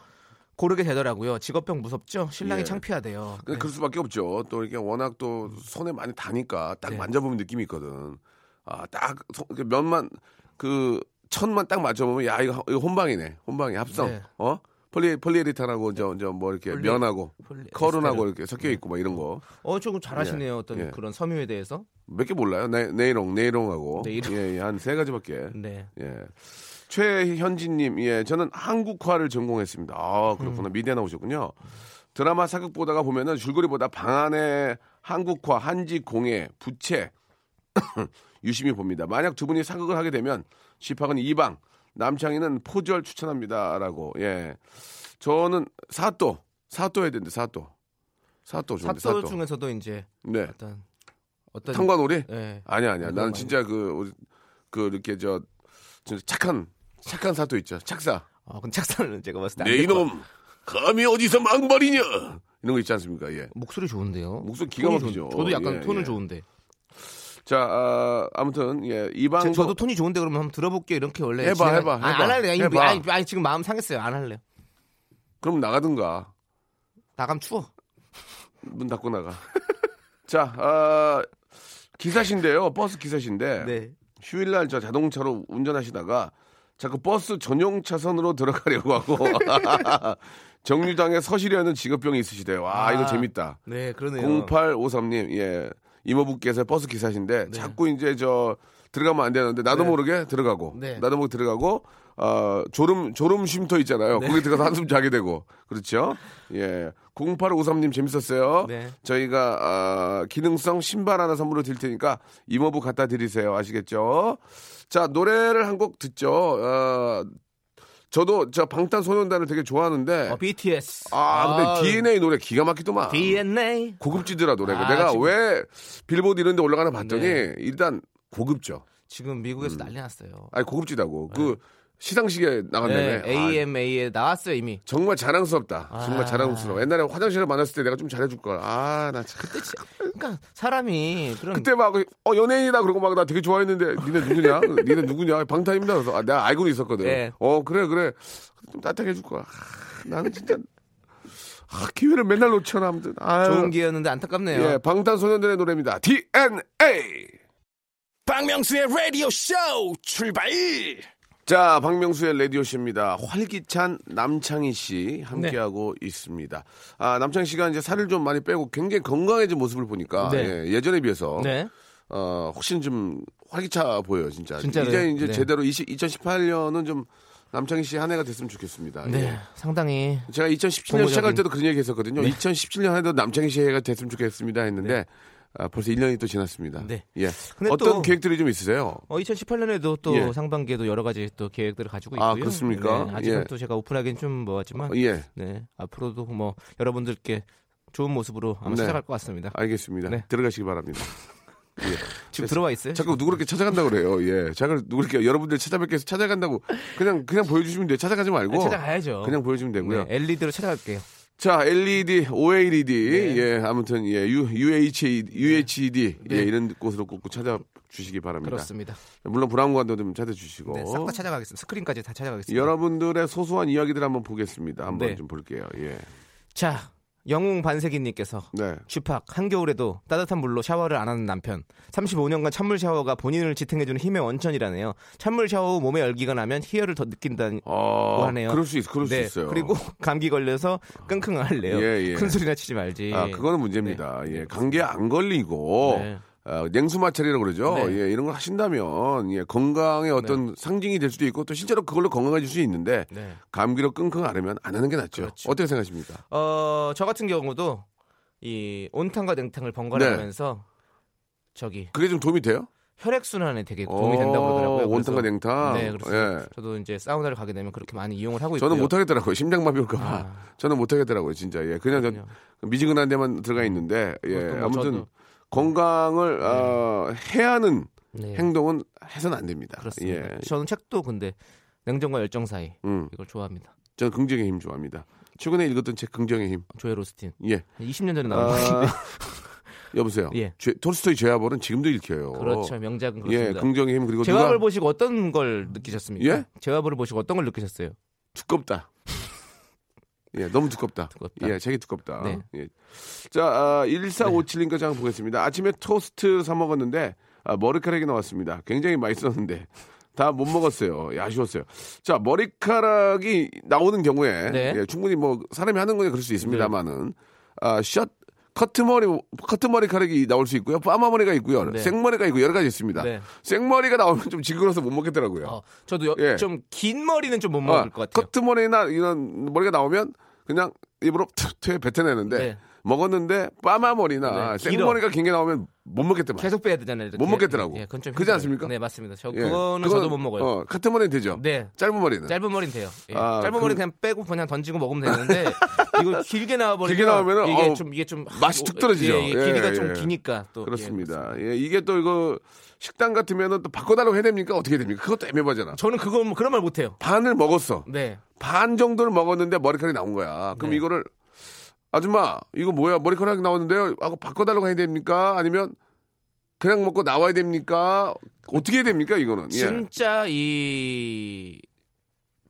[SPEAKER 2] 고르게 되더라고요. 직업병 무섭죠? 신랑이
[SPEAKER 1] 예.
[SPEAKER 2] 창피하대요.
[SPEAKER 1] 근데 그럴 수밖에 없죠. 또 이렇게 워낙 또 손에 많이 다니까 딱
[SPEAKER 2] 네.
[SPEAKER 1] 만져보면 느낌이 있거든. 아, 딱 손- 그 면만 그 천만 딱 맞춰보면 야 이거, 이거 혼방이네. 혼방이 합성.
[SPEAKER 2] 네.
[SPEAKER 1] 어? 폴리 폴리에리탄하고 저저뭐 이렇게
[SPEAKER 2] 폴리-
[SPEAKER 1] 면하고
[SPEAKER 2] 폴리-
[SPEAKER 1] 커run하고
[SPEAKER 2] 에스테르. 네.
[SPEAKER 1] 이렇게 섞여 있고 막 이런 거.
[SPEAKER 2] 어 조금 잘하시네요.
[SPEAKER 1] 그, 예.
[SPEAKER 2] 어떤
[SPEAKER 1] 예.
[SPEAKER 2] 그런 섬유에 대해서.
[SPEAKER 1] 몇 개 몰라요. 네, 네이롱, 네이롱하고
[SPEAKER 2] 네이롱.
[SPEAKER 1] 예, 예, 한 세 가지밖에.
[SPEAKER 2] 네.
[SPEAKER 1] 예. 최현진님, 예, 저는 한국화를 전공했습니다. 아, 그렇구나.
[SPEAKER 2] 음.
[SPEAKER 1] 미대 나오셨군요. 드라마 사극 보다가 보면은 줄거리보다 방안의 한국화, 한지, 공예, 부채 (coughs) 유심히 봅니다. 만약 두 분이 사극을 하게 되면 지팍은 이방, 남창희는 포절 추천합니다라고. 예, 저는 사또, 사또 해야 되는데 사또, 사또 좋은데
[SPEAKER 2] 사또
[SPEAKER 1] 사또.
[SPEAKER 2] 중에서도 이제
[SPEAKER 1] 네,
[SPEAKER 2] 어떤 어떤
[SPEAKER 1] 탄관오리?
[SPEAKER 2] 예.
[SPEAKER 1] 아니야 아니야. 나는
[SPEAKER 2] 그건
[SPEAKER 1] 진짜 그 우리 그 이렇게 저 진짜 착한 착한 사또 있죠. 착사.
[SPEAKER 2] 아, 근데 착사는 제가 봤을
[SPEAKER 1] 네
[SPEAKER 2] 때네
[SPEAKER 1] 이놈 감히 어디서 망발이냐 이런 거 있지 않습니까? 예.
[SPEAKER 2] 목소리 좋은데요.
[SPEAKER 1] 목소리 기가
[SPEAKER 2] 톤이
[SPEAKER 1] 막히죠.
[SPEAKER 2] 좋은- 저도 약간
[SPEAKER 1] 예,
[SPEAKER 2] 톤은
[SPEAKER 1] 예.
[SPEAKER 2] 좋은데.
[SPEAKER 1] 자 아, 아무튼 예
[SPEAKER 2] 제-
[SPEAKER 1] 이방
[SPEAKER 2] 저도 톤이 좋은데 그러면 한번 들어볼게요. 이렇게 원래
[SPEAKER 1] 해봐,
[SPEAKER 2] 진행하-
[SPEAKER 1] 해봐,
[SPEAKER 2] 아니,
[SPEAKER 1] 해봐.
[SPEAKER 2] 안 할래. 아니,
[SPEAKER 1] 해봐.
[SPEAKER 2] 아니, 아니, 지금 마음 상했어요. 안 할래.
[SPEAKER 1] 그럼 나가든가.
[SPEAKER 2] 나가면 추워.
[SPEAKER 1] 문 닫고 나가. (laughs) 자, 아, 기사신데요. 버스 기사신데
[SPEAKER 2] 네.
[SPEAKER 1] 휴일날 저 자동차로 운전하시다가 자꾸 버스 전용 차선으로 들어가려고
[SPEAKER 2] (laughs)
[SPEAKER 1] 하고 (laughs) 정류장에 서시려는 직업병이 있으시대요. 와,
[SPEAKER 2] 아.
[SPEAKER 1] 이거 재밌다.
[SPEAKER 2] 네, 그러네요.
[SPEAKER 1] 0853님, 예. 이모부께서 버스 기사신데 자꾸 이제 저 들어가면 안 되는데 나도
[SPEAKER 2] 네.
[SPEAKER 1] 모르게 들어가고
[SPEAKER 2] 네.
[SPEAKER 1] 나도 모르게 들어가고 어, 졸음 졸음 쉼터 있잖아요.
[SPEAKER 2] 네.
[SPEAKER 1] 거기 들어가서 한숨 자게
[SPEAKER 2] (laughs)
[SPEAKER 1] 되고 그렇죠. 예, 0853님 재밌었어요.
[SPEAKER 2] 네.
[SPEAKER 1] 저희가 아, 기능성 신발 하나 선물로 드릴 테니까 이모부 갖다 드리세요. 아시겠죠? 자 노래를 한 곡 듣죠. 어, 저도 저 방탄소년단을 되게 좋아하는데
[SPEAKER 2] 어, BTS.
[SPEAKER 1] 네. 아 근데 DNA 노래 기가 막히더만.
[SPEAKER 2] DNA.
[SPEAKER 1] 고급지더라 노래가.
[SPEAKER 2] 아,
[SPEAKER 1] 내가
[SPEAKER 2] 지금-
[SPEAKER 1] 왜 빌보드 이런 데 올라가나 봤더니
[SPEAKER 2] 네.
[SPEAKER 1] 일단 고급져.
[SPEAKER 2] 지금
[SPEAKER 1] 음.
[SPEAKER 2] 미국에서 난리 났어요.
[SPEAKER 1] 아니 고급지다고. 그 시상식에 나갔네.
[SPEAKER 2] 네,
[SPEAKER 1] 아,
[SPEAKER 2] AMA에 나왔어요, 이미.
[SPEAKER 1] 정말 자랑스럽다. 정말
[SPEAKER 2] 아.
[SPEAKER 1] 자랑스러워. 옛날에 화장실에 만났을 때 내가 좀 잘해줄 걸. 아, 나 참.
[SPEAKER 2] 그때 지- 그러니까 사람이 그런
[SPEAKER 1] 그때 막, 어, 연예인이다. 그러고 막 나 되게 좋아했는데, 니네 누구냐? (laughs) 니네 누구냐? 방탄입니다. 그래서 아, 내가 알고는 있었거든.
[SPEAKER 2] 네.
[SPEAKER 1] 어, 그래, 그래. 좀 따뜻하게 해줄 거야. 아, 나는 진짜. 아, 기회를 맨날 놓쳐나, 아무튼. 아유.
[SPEAKER 2] 좋은 기회였는데 안타깝네요.
[SPEAKER 1] 예, 방탄소년단의 노래입니다. DNA!
[SPEAKER 3] 박명수의 라디오 쇼 출발!
[SPEAKER 1] 자, 박명수의 라디오쇼입니다. 활기찬 남창희 씨 함께하고
[SPEAKER 2] 네.
[SPEAKER 1] 있습니다. 아, 남창희 씨가 이제 살을 좀 많이 빼고 굉장히 건강해진 모습을 보니까
[SPEAKER 2] 네.
[SPEAKER 1] 예, 전에 비해서
[SPEAKER 2] 네.
[SPEAKER 1] 어, 훨씬 좀 활기차 보여요, 진짜.
[SPEAKER 2] 진짜로요?
[SPEAKER 1] 이제 이제
[SPEAKER 2] 네.
[SPEAKER 1] 제대로 20, 2018년은 좀 남창희 씨 한 해가 됐으면 좋겠습니다.
[SPEAKER 2] 네.
[SPEAKER 1] 예.
[SPEAKER 2] 상당히
[SPEAKER 1] 제가 2017년
[SPEAKER 2] 공모적인-
[SPEAKER 1] 시작할 때도 그런 얘기 했었거든요.
[SPEAKER 2] 네.
[SPEAKER 1] 2017년 해도 남창희 씨 해가 됐으면 좋겠습니다 했는데 아, 벌써 1년이 또 지났습니다.
[SPEAKER 2] 네.
[SPEAKER 1] 예.
[SPEAKER 2] 근데
[SPEAKER 1] 어떤
[SPEAKER 2] 또-
[SPEAKER 1] 계획들이 좀 있으세요?
[SPEAKER 2] 어, 2018년에도 또
[SPEAKER 1] 예.
[SPEAKER 2] 상반기에도 여러 가지 또 계획들을 가지고 있고요.
[SPEAKER 1] 아, 그렇습니까?
[SPEAKER 2] 네, 아직은
[SPEAKER 1] 예.
[SPEAKER 2] 또 제가 오픈하기는 좀 뭐하지만
[SPEAKER 1] 예.
[SPEAKER 2] 네. 앞으로도 뭐 여러분들께 좋은 모습으로 아마
[SPEAKER 1] 네.
[SPEAKER 2] 시작할 것 같습니다.
[SPEAKER 1] 알겠습니다.
[SPEAKER 2] 네.
[SPEAKER 1] 들어가시기 바랍니다. 예.
[SPEAKER 2] 지금 들어와 있어요?
[SPEAKER 1] 자꾸 누구 그렇게 찾아간다 그래요. 예. 자꾸 누구 그렇게 여러분들 찾아뵙기 위해서 찾아간다고 그냥 그냥 보여주시면 돼요. 찾아가지 말고
[SPEAKER 2] 네, 찾아가야죠.
[SPEAKER 1] 뭐 그냥 보여주면 되고요.
[SPEAKER 2] 네, LED로 찾아갈게요.
[SPEAKER 1] 자 E LED, OLED,
[SPEAKER 2] 네.
[SPEAKER 1] 예 아무튼 예 U, UHD, UHD 예 이런 곳으로 꼭 찾아주시기 바랍니다.
[SPEAKER 2] 네. 그렇습니다.
[SPEAKER 1] 물론 브라운관도 좀 찾아주시고
[SPEAKER 2] 네, 싹 다 찾아가겠습니다. 스크린까지 다
[SPEAKER 1] 뭐?
[SPEAKER 2] 찾아가겠습니다.
[SPEAKER 1] 여러분들의 소소한 이야기들 한번 보겠습니다. 한번
[SPEAKER 2] 네.
[SPEAKER 1] 좀 볼게요. 예.
[SPEAKER 2] 자, 영웅 반세기님께서
[SPEAKER 1] 네.
[SPEAKER 2] 쥐팍 한겨울에도 따뜻한 물로 샤워를 안 하는 남편 35년간 찬물 샤워가 본인을 지탱해주는 힘의 원천이라네요 찬물 샤워 후 몸에 열기가 나면 희열을 더 느낀다고
[SPEAKER 1] 어,
[SPEAKER 2] 하네요
[SPEAKER 1] 그럴 수 있, 그럴
[SPEAKER 2] 네,
[SPEAKER 1] 수 있어요.
[SPEAKER 2] 그리고 (laughs) 감기 걸려서 끙끙 앓래요
[SPEAKER 1] 예, 예.
[SPEAKER 2] 큰 소리나 치지 말지
[SPEAKER 1] 아, 그거는 문제입니다. 예, 감기에 안 걸리고
[SPEAKER 2] 네.
[SPEAKER 1] 어, 냉수 마찰이라고 그러죠.
[SPEAKER 2] 네.
[SPEAKER 1] 예, 이런 걸 하신다면 예, 건강의 어떤 상징이 될 수도 있고 또 실제로 그걸로 건강해질 수 있는데
[SPEAKER 2] 네.
[SPEAKER 1] 감기로 끙끙 앓으면 안 하는 게 낫죠.
[SPEAKER 2] 그렇죠.
[SPEAKER 1] 어떻게 생각하십니까?
[SPEAKER 2] 어, 저 같은 경우도 이 온탕과 냉탕을 번갈아
[SPEAKER 1] 네.
[SPEAKER 2] 하면서 저기
[SPEAKER 1] 그게 좀 도움이 돼요?
[SPEAKER 2] 혈액순환에 되게 네, 도움이 된다고
[SPEAKER 1] 어,
[SPEAKER 2] 그러더라고요
[SPEAKER 1] 온탕과
[SPEAKER 2] 그래서-
[SPEAKER 1] 냉탕.
[SPEAKER 2] 네 그래서
[SPEAKER 1] 예.
[SPEAKER 2] 저도 이제 사우나를 가게 되면 그렇게 많이 이용을 하고 있고요
[SPEAKER 1] 저는 못 하겠더라고요. 심장마비 올까봐.
[SPEAKER 2] 아.
[SPEAKER 1] 저는 못 하겠더라고요, 진짜. 예. 그냥 저
[SPEAKER 2] 그렇군요.
[SPEAKER 1] 미지근한 데만 들어가 있는데 예.
[SPEAKER 2] 음. 그것도 뭐
[SPEAKER 1] 아무튼
[SPEAKER 2] 저도- 예.
[SPEAKER 1] 건강을 어, 해야 하는
[SPEAKER 2] 네.
[SPEAKER 1] 행동은 해선 안 됩니다.
[SPEAKER 2] 그렇습니다.
[SPEAKER 1] 예.
[SPEAKER 2] 저는 책도 근데 냉정과 열정 사이
[SPEAKER 1] 음.
[SPEAKER 2] 이걸 좋아합니다.
[SPEAKER 1] 저는 긍정의 힘 좋아합니다. 최근에 읽었던 책 긍정의 힘.
[SPEAKER 2] 조엘 오스틴.
[SPEAKER 1] 예.
[SPEAKER 2] 한 20년 전에 나온
[SPEAKER 1] 아,
[SPEAKER 2] 책인데
[SPEAKER 1] 여보세요.
[SPEAKER 2] (laughs) 예.
[SPEAKER 1] 죄- 톨스토이 죄화벌은 지금도 읽혀요.
[SPEAKER 2] 그렇죠.
[SPEAKER 1] 예,
[SPEAKER 2] 명작은 그렇습니다.
[SPEAKER 1] 긍정의 힘 그리고
[SPEAKER 2] 제화벌
[SPEAKER 1] 누가
[SPEAKER 2] 보시고 어떤 걸 느끼셨습니까?
[SPEAKER 1] 예?
[SPEAKER 2] 제화벌을 보시고 어떤 걸 느끼셨어요?
[SPEAKER 1] 두껍다. (laughs) 예, 너무 두껍다.
[SPEAKER 2] 두껍다.
[SPEAKER 1] 예, 책이 두껍다.
[SPEAKER 2] 네.
[SPEAKER 1] 예. 자, 아, 1457님까지 한번 보겠습니다. 아침에 토스트 사 먹었는데 아, 머리카락이 나왔습니다. 굉장히 맛있었는데 다 못 먹었어요. 예, 아쉬웠어요. 자, 머리카락이 나오는 경우에
[SPEAKER 2] 네.
[SPEAKER 1] 예, 충분히 뭐 사람이 하는 거니 그럴 수 있습니다만은 아, 샷 커트머리 커트머리카락이 나올 수 있고요. 파마머리가 있고요.
[SPEAKER 2] 네.
[SPEAKER 1] 생머리가 있고 여러 가지 있습니다.
[SPEAKER 2] 네.
[SPEAKER 1] 생머리가 나오면 좀 징그러서 못 먹겠더라고요.
[SPEAKER 2] 어, 저도
[SPEAKER 1] 예.
[SPEAKER 2] 좀 긴 머리는 좀 못
[SPEAKER 1] 어,
[SPEAKER 2] 먹을 것 같아요.
[SPEAKER 1] 커트머리나 이런 머리가 나오면 그냥 입으로 툭툭 뱉어내는데
[SPEAKER 2] 네.
[SPEAKER 1] 먹었는데 빠마머리나
[SPEAKER 2] 네,
[SPEAKER 1] 생머리가 긴 게 나오면 못 먹겠더만.
[SPEAKER 2] 계속 빼야 되잖아요. 이렇게.
[SPEAKER 1] 못 먹겠더라고.
[SPEAKER 2] 예, 그건 좀
[SPEAKER 1] 그렇지
[SPEAKER 2] 힘들어요.
[SPEAKER 1] 않습니까?
[SPEAKER 2] 네, 맞습니다. 저
[SPEAKER 1] 예,
[SPEAKER 2] 그거는 저도 못 먹어요.
[SPEAKER 1] 어, 같은 머리는 되죠.
[SPEAKER 2] 네.
[SPEAKER 1] 짧은 머리는.
[SPEAKER 2] 짧은 머리는 돼요. 예.
[SPEAKER 1] 아,
[SPEAKER 2] 짧은
[SPEAKER 1] 그-
[SPEAKER 2] 머리 그냥 빼고 그냥 던지고 먹으면 되는데 (laughs) 이거 길게 나와버리면
[SPEAKER 1] 길게 나오면은
[SPEAKER 2] 이게
[SPEAKER 1] 어우,
[SPEAKER 2] 좀 이게 좀
[SPEAKER 1] 맛이 툭 떨어지죠.
[SPEAKER 2] 예, 예, 길이가
[SPEAKER 1] 예, 예.
[SPEAKER 2] 좀 기니까 또
[SPEAKER 1] 그렇습니다. 예, 이게 또 이거 식당 같으면은 또 바꿔달라고 해야 됩니까? 어떻게 됩니까? 그것도 애매하잖아.
[SPEAKER 2] 예. 저는 그거 그런 말 못해요.
[SPEAKER 1] 반을 먹었어.
[SPEAKER 2] 네.
[SPEAKER 1] 반 정도를 먹었는데 머리카락이 나온 거야. 그럼
[SPEAKER 2] 네.
[SPEAKER 1] 이거를 아줌마 이거 뭐야 머리카락 나오는데요? 하고 바꿔달라고 해야 됩니까? 아니면 그냥 먹고 나와야 됩니까? 어떻게 해야 됩니까 이거는? 예.
[SPEAKER 2] 진짜 이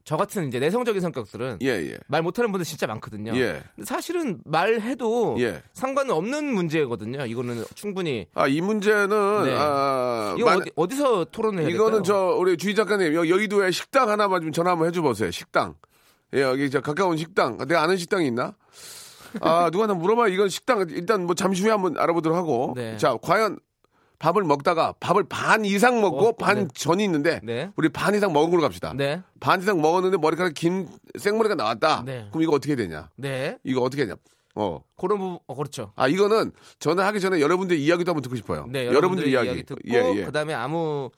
[SPEAKER 2] 저 같은 이제 내성적인 성격들은
[SPEAKER 1] 예, 예.
[SPEAKER 2] 말 못하는 분들 진짜 많거든요.
[SPEAKER 1] 예.
[SPEAKER 2] 근데 사실은 말해도
[SPEAKER 1] 예.
[SPEAKER 2] 상관은 없는 문제거든요. 이거는 충분히
[SPEAKER 1] 아, 이 문제는,
[SPEAKER 2] 네.
[SPEAKER 1] 아,
[SPEAKER 2] 이거
[SPEAKER 1] 만-
[SPEAKER 2] 어디, 어디서 토론을 해야
[SPEAKER 1] 이거는
[SPEAKER 2] 될까요?
[SPEAKER 1] 저, 우리 주희 작가님, 여, 여의도에 식당 하나만 좀 전화 한번 해줘보세요. 식당. 예, 여기 저 가까운 식당. 내가 아는 식당이 있나? 아, 누가 나 물어봐. 이건 식당, 일단 뭐 잠시 후에 한번 알아보도록 하고.
[SPEAKER 2] 네.
[SPEAKER 1] 자, 과연 밥을 먹다가 밥을 반 이상 먹고
[SPEAKER 2] 어,
[SPEAKER 1] 반
[SPEAKER 2] 네.
[SPEAKER 1] 전이 있는데.
[SPEAKER 2] 네.
[SPEAKER 1] 우리 반 이상 먹은 걸로 갑시다.
[SPEAKER 2] 네.
[SPEAKER 1] 반 이상 먹었는데 머리카락 긴 생머리가 나왔다.
[SPEAKER 2] 네.
[SPEAKER 1] 그럼 이거 어떻게 해야 되냐?
[SPEAKER 2] 네.
[SPEAKER 1] 이거 어떻게 해야 되냐? 어.
[SPEAKER 2] 그런 부분 어, 그렇죠.
[SPEAKER 1] 아, 이거는 저는 하기 전에 여러분들 이야기도 한번 듣고 싶어요.
[SPEAKER 2] 네,
[SPEAKER 1] 여러분들
[SPEAKER 2] 여러분들의
[SPEAKER 1] 이야기.
[SPEAKER 2] 이야기 듣고
[SPEAKER 1] 예, 예.
[SPEAKER 2] 그다음에 아무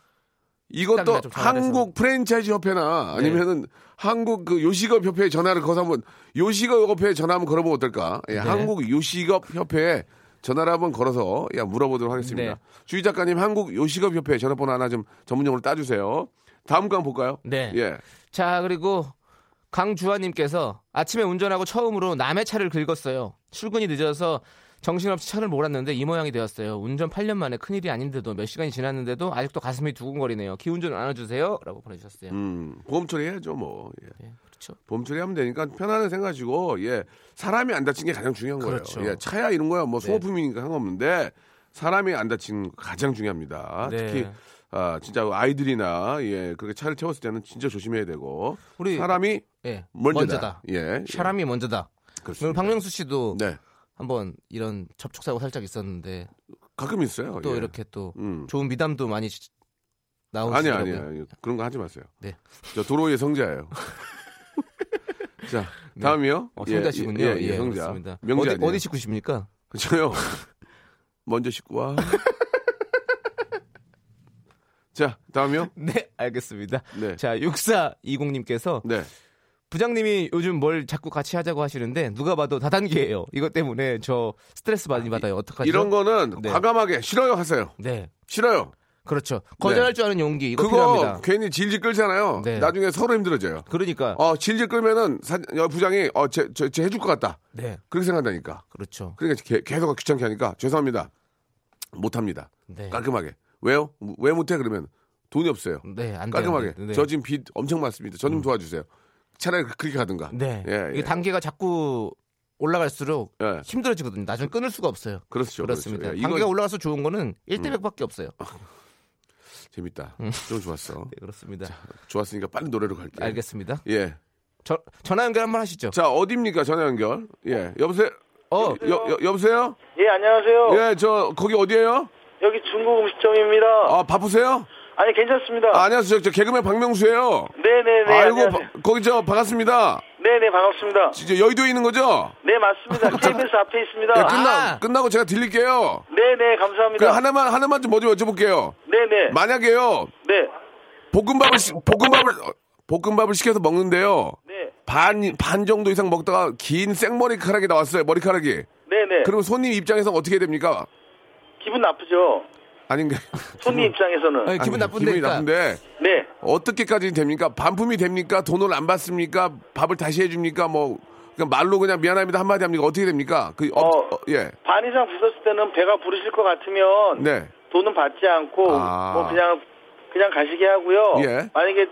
[SPEAKER 1] 이것도
[SPEAKER 2] 식당이나 좀 전화를 해서.
[SPEAKER 1] 한국 프랜차이즈 협회나
[SPEAKER 2] 네.
[SPEAKER 1] 아니면은 한국 그 요식업 협회에 전화를 걸어서 한번 요식업 협회에 전화 한번 걸어보면 어떨까?
[SPEAKER 2] 네.
[SPEAKER 1] 예, 한국 요식업 협회에 전화를 한번 걸어서 야 물어보도록 하겠습니다.
[SPEAKER 2] 네.
[SPEAKER 1] 주희 작가님 한국 요식업 협회 전화번호 하나 좀 전문용으로 따주세요. 다음 거 한번 볼까요?
[SPEAKER 2] 네.
[SPEAKER 1] 예.
[SPEAKER 2] 자, 그리고 강주환님께서 아침에 운전하고 처음으로 남의 차를 긁었어요. 출근이 늦어서 정신없이 차를 몰았는데 이 모양이 되었어요. 운전 8년 만에 큰일이 아닌데도 몇 시간이 지났는데도 아직도 가슴이 두근거리네요. 기운전 안아주세요. 라고 보내주셨어요.
[SPEAKER 1] 음, 보험 처리해야죠, 뭐. 예.
[SPEAKER 2] 예, 그렇죠.
[SPEAKER 1] 보험 처리하면 되니까 편안하게 생각하시고, 예. 사람이 안 다친 게 가장 중요한 거예요.
[SPEAKER 2] 그렇죠.
[SPEAKER 1] 예. 차야 이런 거야 뭐 소모품이니까 상관없는데, 사람이 안 다친 거 가장 중요합니다.
[SPEAKER 2] 네.
[SPEAKER 1] 특히, 아, 진짜 아이들이나, 예, 그렇게 차를 채웠을 때는 진짜 조심해야 되고,
[SPEAKER 2] 우리-
[SPEAKER 1] 사람이
[SPEAKER 2] 예,
[SPEAKER 1] 먼저다.
[SPEAKER 2] 먼저다.
[SPEAKER 1] 예.
[SPEAKER 2] 사람이 먼저다.
[SPEAKER 1] 그렇습니다.
[SPEAKER 2] 오늘 박명수 씨도
[SPEAKER 1] 네.
[SPEAKER 2] 한번 이런 접촉 사고 살짝 있었는데
[SPEAKER 1] 가끔 있어요.
[SPEAKER 2] 또
[SPEAKER 1] 예.
[SPEAKER 2] 이렇게 또
[SPEAKER 1] 음.
[SPEAKER 2] 좋은 미담도 많이
[SPEAKER 1] 아니,
[SPEAKER 2] 나오시더라고요.
[SPEAKER 1] 아니, 아니. 그런 거 하지 마세요.
[SPEAKER 2] 네.
[SPEAKER 1] 저 도로의
[SPEAKER 2] (laughs)
[SPEAKER 1] 성자예요. 자, 다음이요.
[SPEAKER 2] 어,
[SPEAKER 1] 예,
[SPEAKER 2] 성자시군요.
[SPEAKER 1] 예, 예, 성자.
[SPEAKER 2] 그렇습니다.
[SPEAKER 1] 명자.
[SPEAKER 2] 어디,
[SPEAKER 1] 아니에요?
[SPEAKER 2] 어디 식구십니까?
[SPEAKER 1] (laughs) 저요. 먼저 씻고 와. (laughs) 자, 다음이요.
[SPEAKER 2] (laughs) 네, 알겠습니다.
[SPEAKER 1] 네.
[SPEAKER 2] 자, 6420님께서
[SPEAKER 1] 네.
[SPEAKER 2] 부장님이 요즘 뭘 자꾸 같이 하자고 하시는데 누가 봐도 다단계예요. 이것 때문에 저 스트레스 많이 받아요. 어떡하죠?
[SPEAKER 1] 이런 거는
[SPEAKER 2] 네.
[SPEAKER 1] 과감하게 싫어요 하세요.
[SPEAKER 2] 네.
[SPEAKER 1] 싫어요.
[SPEAKER 2] 그렇죠. 거절할 줄 아는 용기 이거
[SPEAKER 1] 네. 그거
[SPEAKER 2] 필요합니다.
[SPEAKER 1] 괜히 질질 끌잖아요.
[SPEAKER 2] 네.
[SPEAKER 1] 나중에 서로 힘들어져요.
[SPEAKER 2] 그러니까
[SPEAKER 1] 어, 질질 끌면은 사, 여 부장이 어, 쟤, 쟤, 쟤 해줄 것 같다.
[SPEAKER 2] 네.
[SPEAKER 1] 그렇게 생각한다니까.
[SPEAKER 2] 그렇죠.
[SPEAKER 1] 그러니까 개- 계속 귀찮게 하니까 죄송합니다. 못 합니다.
[SPEAKER 2] 네.
[SPEAKER 1] 깔끔하게. 왜요? 왜 못해? 그러면 돈이 없어요.
[SPEAKER 2] 네, 안 돼요,
[SPEAKER 1] 깔끔하게.
[SPEAKER 2] 안 돼요. 네. 음.
[SPEAKER 1] 저 지금 빚 엄청 많습니다. 저 좀 도와주세요. 차라리 그렇게 가든가.
[SPEAKER 2] 네.
[SPEAKER 1] 예, 예.
[SPEAKER 2] 이게 단계가 자꾸 올라갈수록
[SPEAKER 1] 예.
[SPEAKER 2] 힘들어지거든요. 나중에 끊을 수가 없어요.
[SPEAKER 1] 그렇죠.
[SPEAKER 2] 그렇습니다.
[SPEAKER 1] 그렇죠. 예, 음. 아,
[SPEAKER 2] 단계가
[SPEAKER 1] 이거-
[SPEAKER 2] 올라가서 좋은 거는 1대 100밖에 없어요.
[SPEAKER 1] 재밌다. 좀 좋았어.
[SPEAKER 2] 네, 그렇습니다.
[SPEAKER 1] 좋았으니까 빨리 노래로 갈게요.
[SPEAKER 2] 음. 알겠습니다.
[SPEAKER 1] 예.
[SPEAKER 2] 저, 전화 연결 한번 하시죠.
[SPEAKER 1] 자, 어디입니까? 전화 연결. 예. 여보세요?
[SPEAKER 2] 어,
[SPEAKER 1] 여, 여, 여보세요?
[SPEAKER 4] 예, 안녕하세요.
[SPEAKER 1] 예, 저, 거기 어디에요?
[SPEAKER 4] 여기 중국 음식점입니다.
[SPEAKER 1] 아, 바쁘세요?
[SPEAKER 4] 아니, 괜찮습니다.
[SPEAKER 1] 아, 안녕하세요. 저 개그맨 박명수예요
[SPEAKER 4] 네네네.
[SPEAKER 1] 아이고,
[SPEAKER 4] 안녕하세요.
[SPEAKER 1] 바- 거기 저, 반갑습니다.
[SPEAKER 4] 네네, 반갑습니다.
[SPEAKER 1] 진짜 여의도에 있는 거죠?
[SPEAKER 4] 네, 맞습니다. KBS 앞에 있습니다.
[SPEAKER 1] 아, 예, 끝나,
[SPEAKER 2] 아!
[SPEAKER 1] 끝나고 제가 들릴게요.
[SPEAKER 4] 네네,
[SPEAKER 1] 그,
[SPEAKER 4] 감사합니다.
[SPEAKER 1] 하나만, 하나만 좀 먼저 여쭤볼게요.
[SPEAKER 4] 네네.
[SPEAKER 1] 만약에요,
[SPEAKER 4] 네.
[SPEAKER 1] 볶음밥을, 시- 볶음밥을, 어, 볶음밥을 시켜서 먹는데요.
[SPEAKER 4] 네.
[SPEAKER 1] 반, 반 정도 이상 먹다가 긴 생머리카락이 나왔어요, 머리카락이.
[SPEAKER 4] 네네.
[SPEAKER 1] 그럼 손님 입장에서 어떻게 됩니까?
[SPEAKER 4] 기분 나쁘죠?
[SPEAKER 1] 아닌가?
[SPEAKER 4] 손님 입장에서는.
[SPEAKER 2] 아니, 기분
[SPEAKER 1] 음. 아니,
[SPEAKER 2] 나쁜데.
[SPEAKER 1] 기분이
[SPEAKER 2] 그러니까
[SPEAKER 1] 나쁜데
[SPEAKER 4] 네.
[SPEAKER 1] 어떻게까지 됩니까? 반품이 됩니까? 돈을 안 받습니까? 밥을 다시 해줍니까? 뭐 그냥 말로 그냥 미안합니다 한마디 합니까? 어떻게 됩니까? 그 어,
[SPEAKER 4] 어.
[SPEAKER 1] 어, 예,
[SPEAKER 4] 반 이상 부었을 때는 배가 부르실 것 같으면
[SPEAKER 1] 네,
[SPEAKER 4] 돈은 받지 않고
[SPEAKER 1] 아.
[SPEAKER 4] 뭐 그냥 그냥 가시게 하고요.
[SPEAKER 1] 예.
[SPEAKER 4] 만약에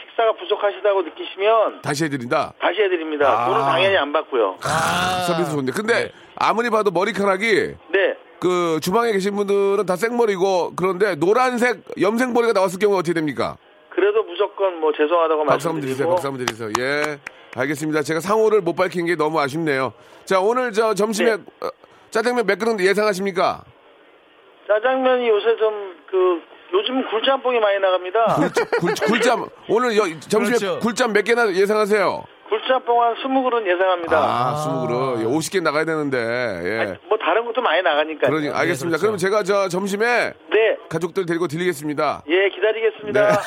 [SPEAKER 4] 식사가 부족하시다고 느끼시면
[SPEAKER 1] 다시 해드린다.
[SPEAKER 4] 다시 해드립니다.
[SPEAKER 1] 아.
[SPEAKER 4] 돈은 당연히 안 받고요.
[SPEAKER 1] 아, 서비스 좋은데 근데
[SPEAKER 2] 네.
[SPEAKER 1] 아무리 봐도 머리카락이
[SPEAKER 4] 네.
[SPEAKER 1] 그 주방에 계신 분들은 다 생머리고 그런데 노란색 염색 머리가 나왔을 경우 어떻게 됩니까?
[SPEAKER 4] 그래도 무조건 뭐 죄송하다고
[SPEAKER 1] 박수 한번 드리세요.
[SPEAKER 4] 말씀드리고
[SPEAKER 1] 박수 한번 드리세요. 예. 알겠습니다. 제가 상호를 못 밝힌 게 너무 아쉽네요. 자, 오늘 저 점심에
[SPEAKER 4] 네.
[SPEAKER 1] 어, 짜장면 몇 그릇 예상하십니까?
[SPEAKER 4] 짜장면이 요새 좀 그 요즘 굴짬뽕이 많이 나갑니다.
[SPEAKER 1] 굴, 굴, 굴짬 오늘 여- 점심에
[SPEAKER 2] 그렇죠.
[SPEAKER 1] 굴짬 몇 개나 예상하세요?
[SPEAKER 4] 굴짬뽕 한 20그릇 예상합니다.
[SPEAKER 1] 아, 스무 그릇. 예, 50개 나가야 되는데. 예.
[SPEAKER 4] 아니, 네, 그렇죠. 뭐 다른 것도 많이 나가니까요.
[SPEAKER 1] 그러니 알겠습니다. 그럼 제가 저 점심에
[SPEAKER 4] 네.
[SPEAKER 1] 가족들 데리고 들리겠습니다.
[SPEAKER 4] 예, 기다리겠습니다.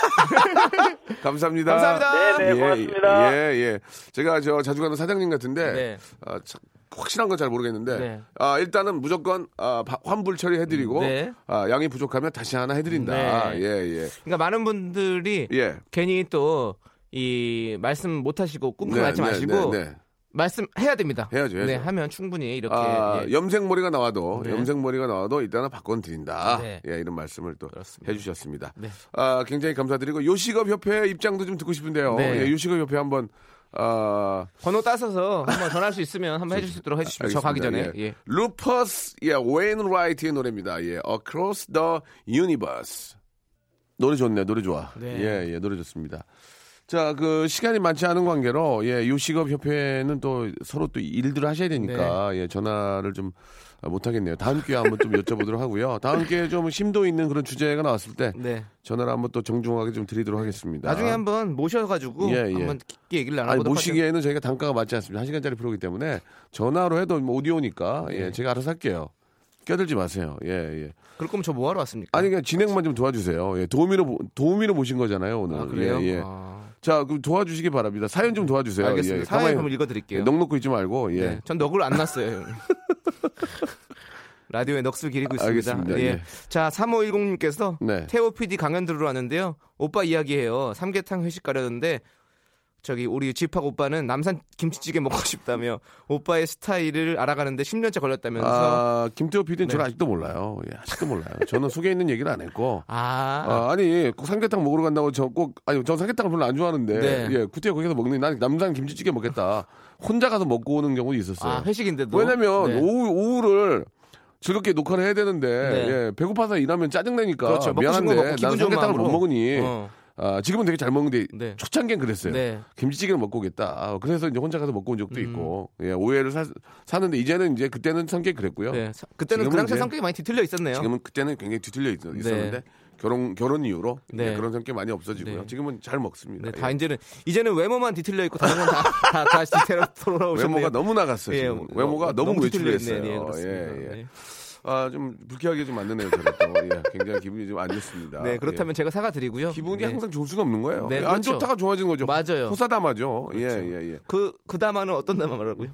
[SPEAKER 1] 감사합니다.
[SPEAKER 2] 감사합니다.
[SPEAKER 4] 네, 네, 고맙습니다.
[SPEAKER 1] 네. (laughs) 예, 예. 제가 저 자주 가는 사장님 같은데
[SPEAKER 2] 네.
[SPEAKER 1] 아, 참, 확실한 건 잘 모르겠는데
[SPEAKER 2] 네.
[SPEAKER 1] 아, 일단은 무조건 아, 바- 환불 처리해드리고
[SPEAKER 2] 네.
[SPEAKER 1] 아, 양이 부족하면 다시 하나 해드린다.
[SPEAKER 2] 네.
[SPEAKER 1] 예, 예,
[SPEAKER 2] 그러니까 많은 분들이
[SPEAKER 1] 예.
[SPEAKER 2] 괜히 또 이 말씀 못 하시고 꿈꾸지 마시고
[SPEAKER 1] 네, 네.
[SPEAKER 2] 말씀해야 됩니다.
[SPEAKER 1] 해야죠, 해야죠.
[SPEAKER 2] 네, 하면 충분히 이렇게
[SPEAKER 1] 아,
[SPEAKER 2] 예.
[SPEAKER 1] 염색 머리가 나와도
[SPEAKER 2] 네.
[SPEAKER 1] 염색 머리가 나와도 일단은 바꿔드린다.
[SPEAKER 2] 네.
[SPEAKER 1] 예, 이런 말씀을 또
[SPEAKER 2] 그렇습니다.
[SPEAKER 1] 해주셨습니다.
[SPEAKER 2] 네.
[SPEAKER 1] 아, 굉장히 감사드리고 요식업 협회 입장도 좀 듣고 싶은데요.
[SPEAKER 2] 네.
[SPEAKER 1] 예, 요식업 협회 한번 아,
[SPEAKER 2] 번호 따서서 한번 전할 수 있으면 한번 해줄 수 있도록 해주십시오. 저 가기 전에.
[SPEAKER 1] 알겠습니다.
[SPEAKER 2] 예.
[SPEAKER 1] 루퍼스 예 웨인 라이트의 노래입니다. 예 Across the Universe 노래 좋네 노래 좋아.
[SPEAKER 2] 네.
[SPEAKER 1] 예, 예 노래 좋습니다. 자, 그 시간이 많지 않은 관계로 예 요식업 협회는 또 서로 또 일들을 하셔야 되니까
[SPEAKER 2] 네.
[SPEAKER 1] 예 전화를 좀 못 하겠네요. 다음 기회에 한번 좀 여쭤보도록 하고요. 다음 기회에 좀 심도 있는 그런 주제가 나왔을 때
[SPEAKER 2] 네.
[SPEAKER 1] 전화를 한번 또 정중하게 좀 드리도록 하겠습니다.
[SPEAKER 2] 나중에 한번 모셔가지고
[SPEAKER 1] 예, 예.
[SPEAKER 2] 한번 깊게 얘기를
[SPEAKER 1] 아니
[SPEAKER 2] 나눠보도록 하죠.
[SPEAKER 1] 모시기에는 저희가 단가가 맞지 않습니다. 한 시간짜리 프로기 때문에 전화로 해도 뭐 오디오니까 예, 제가 알아서 할게요. 껴들지 마세요. 예, 예.
[SPEAKER 2] 그럴 거면 저 뭐하러 왔습니까?
[SPEAKER 1] 아니 그냥 진행만 좀 도와주세요. 예, 도우미로 보- 도우미로 모신 거잖아요 오늘.
[SPEAKER 2] 아, 그래요?
[SPEAKER 1] 예, 예.
[SPEAKER 2] 아,
[SPEAKER 1] 자 그럼 도와주시기 바랍니다. 사연 좀 도와주세요.
[SPEAKER 2] 알겠습니다.
[SPEAKER 1] 예,
[SPEAKER 2] 사연
[SPEAKER 1] 가만히-
[SPEAKER 2] 한번 읽어드릴게요.
[SPEAKER 1] 예, 넋 놓고 있지 말고 예.
[SPEAKER 2] 네, 전 넋을 안
[SPEAKER 1] (laughs)
[SPEAKER 2] 났어요. 형님. 라디오에 넋을 기리고 있습니다.
[SPEAKER 1] 알겠습니다.
[SPEAKER 2] 예.
[SPEAKER 1] 예.
[SPEAKER 2] 자, 3510님께서
[SPEAKER 1] 네.
[SPEAKER 2] 태호 PD 강연 들으러 왔는데요. 오빠 이야기해요. 삼계탕 회식 가려는데 저기 우리 집합 오빠는 남산 김치찌개 먹고 싶다며 오빠의 스타일을 알아가는데 10년째 걸렸다면서
[SPEAKER 1] 아 김태호 PD는
[SPEAKER 2] 네.
[SPEAKER 1] 저를 아직도 몰라요. 예, 아직도 몰라요. 저는 (laughs) 속에 있는 얘기를 안 했고.
[SPEAKER 2] 아,
[SPEAKER 1] 아, 아니 꼭 삼계탕 먹으러 간다고 저 꼭 아니 전 삼계탕 별로 안 좋아하는데
[SPEAKER 2] 네.
[SPEAKER 1] 예 구태여 거기서 먹는 난 남산 김치찌개 먹겠다 혼자 가서 먹고 오는 경우도 있었어요.
[SPEAKER 2] 아, 회식인데도
[SPEAKER 1] 왜냐면
[SPEAKER 2] 네.
[SPEAKER 1] 오후, 오후를 즐겁게 녹화를 해야 되는데
[SPEAKER 2] 네.
[SPEAKER 1] 예, 배고파서 일하면 짜증내니까
[SPEAKER 2] 그렇죠. 먹고 싶은 거
[SPEAKER 1] 미안한데
[SPEAKER 2] 먹고 기분
[SPEAKER 1] 난
[SPEAKER 2] 좋은
[SPEAKER 1] 삼계탕을 못
[SPEAKER 2] 마음으로.
[SPEAKER 1] 먹으니
[SPEAKER 2] 어.
[SPEAKER 1] 아, 지금은 되게 잘 먹는데
[SPEAKER 2] 네.
[SPEAKER 1] 초창기엔 그랬어요.
[SPEAKER 2] 네. 음.
[SPEAKER 1] 김치찌개를 먹고 오겠다. 아, 그래서 이제 혼자 가서 먹고 온 적도 있고 예, 오해를 사, 사는데 이제는 이제 그때는 성격이 그랬고요.
[SPEAKER 2] 네. 사- 그때는
[SPEAKER 1] 지금은
[SPEAKER 2] 그 당시
[SPEAKER 1] 이제-
[SPEAKER 2] 성격이 많이 뒤틀려 있었네요.
[SPEAKER 1] 지금은 그때는 굉장히 뒤틀려 있, 었는데 결혼 결혼 이후로
[SPEAKER 2] 네.
[SPEAKER 1] 예, 그런 성격 이 많이 없어지고요.
[SPEAKER 2] 네.
[SPEAKER 1] 지금은 잘 먹습니다.
[SPEAKER 2] 네, 다
[SPEAKER 1] 예.
[SPEAKER 2] 이제는 이제는 외모만 뒤틀려 있고 다른 (laughs) 건다다 다시 뒤로 돌아오셨네요.
[SPEAKER 1] 외모가 너무 나갔어요.
[SPEAKER 2] 예,
[SPEAKER 1] 지금. 외모가 너무,
[SPEAKER 2] 뒤틀려
[SPEAKER 1] 외출했어요.
[SPEAKER 2] 있네요. 예,
[SPEAKER 1] 예, 예.
[SPEAKER 2] 그렇습니다. 네.
[SPEAKER 1] 아, 좀 불쾌하게 좀 만드네요, 저를 또. 예, 굉장히 기분이 좀 안 좋습니다.
[SPEAKER 2] 네, 그렇다면 제가 사과드리고요.
[SPEAKER 1] 아, 예. 기분이
[SPEAKER 2] 네.
[SPEAKER 1] 항상 좋을 수는 없는 거예요.
[SPEAKER 2] 네,
[SPEAKER 1] 예, 안
[SPEAKER 2] 그렇죠.
[SPEAKER 1] 좋다가 좋아지는 거죠.
[SPEAKER 2] 맞아요.
[SPEAKER 1] 호사담하죠. 예, 예, 예.
[SPEAKER 2] 그, 그 담화는 어떤 담화라고요?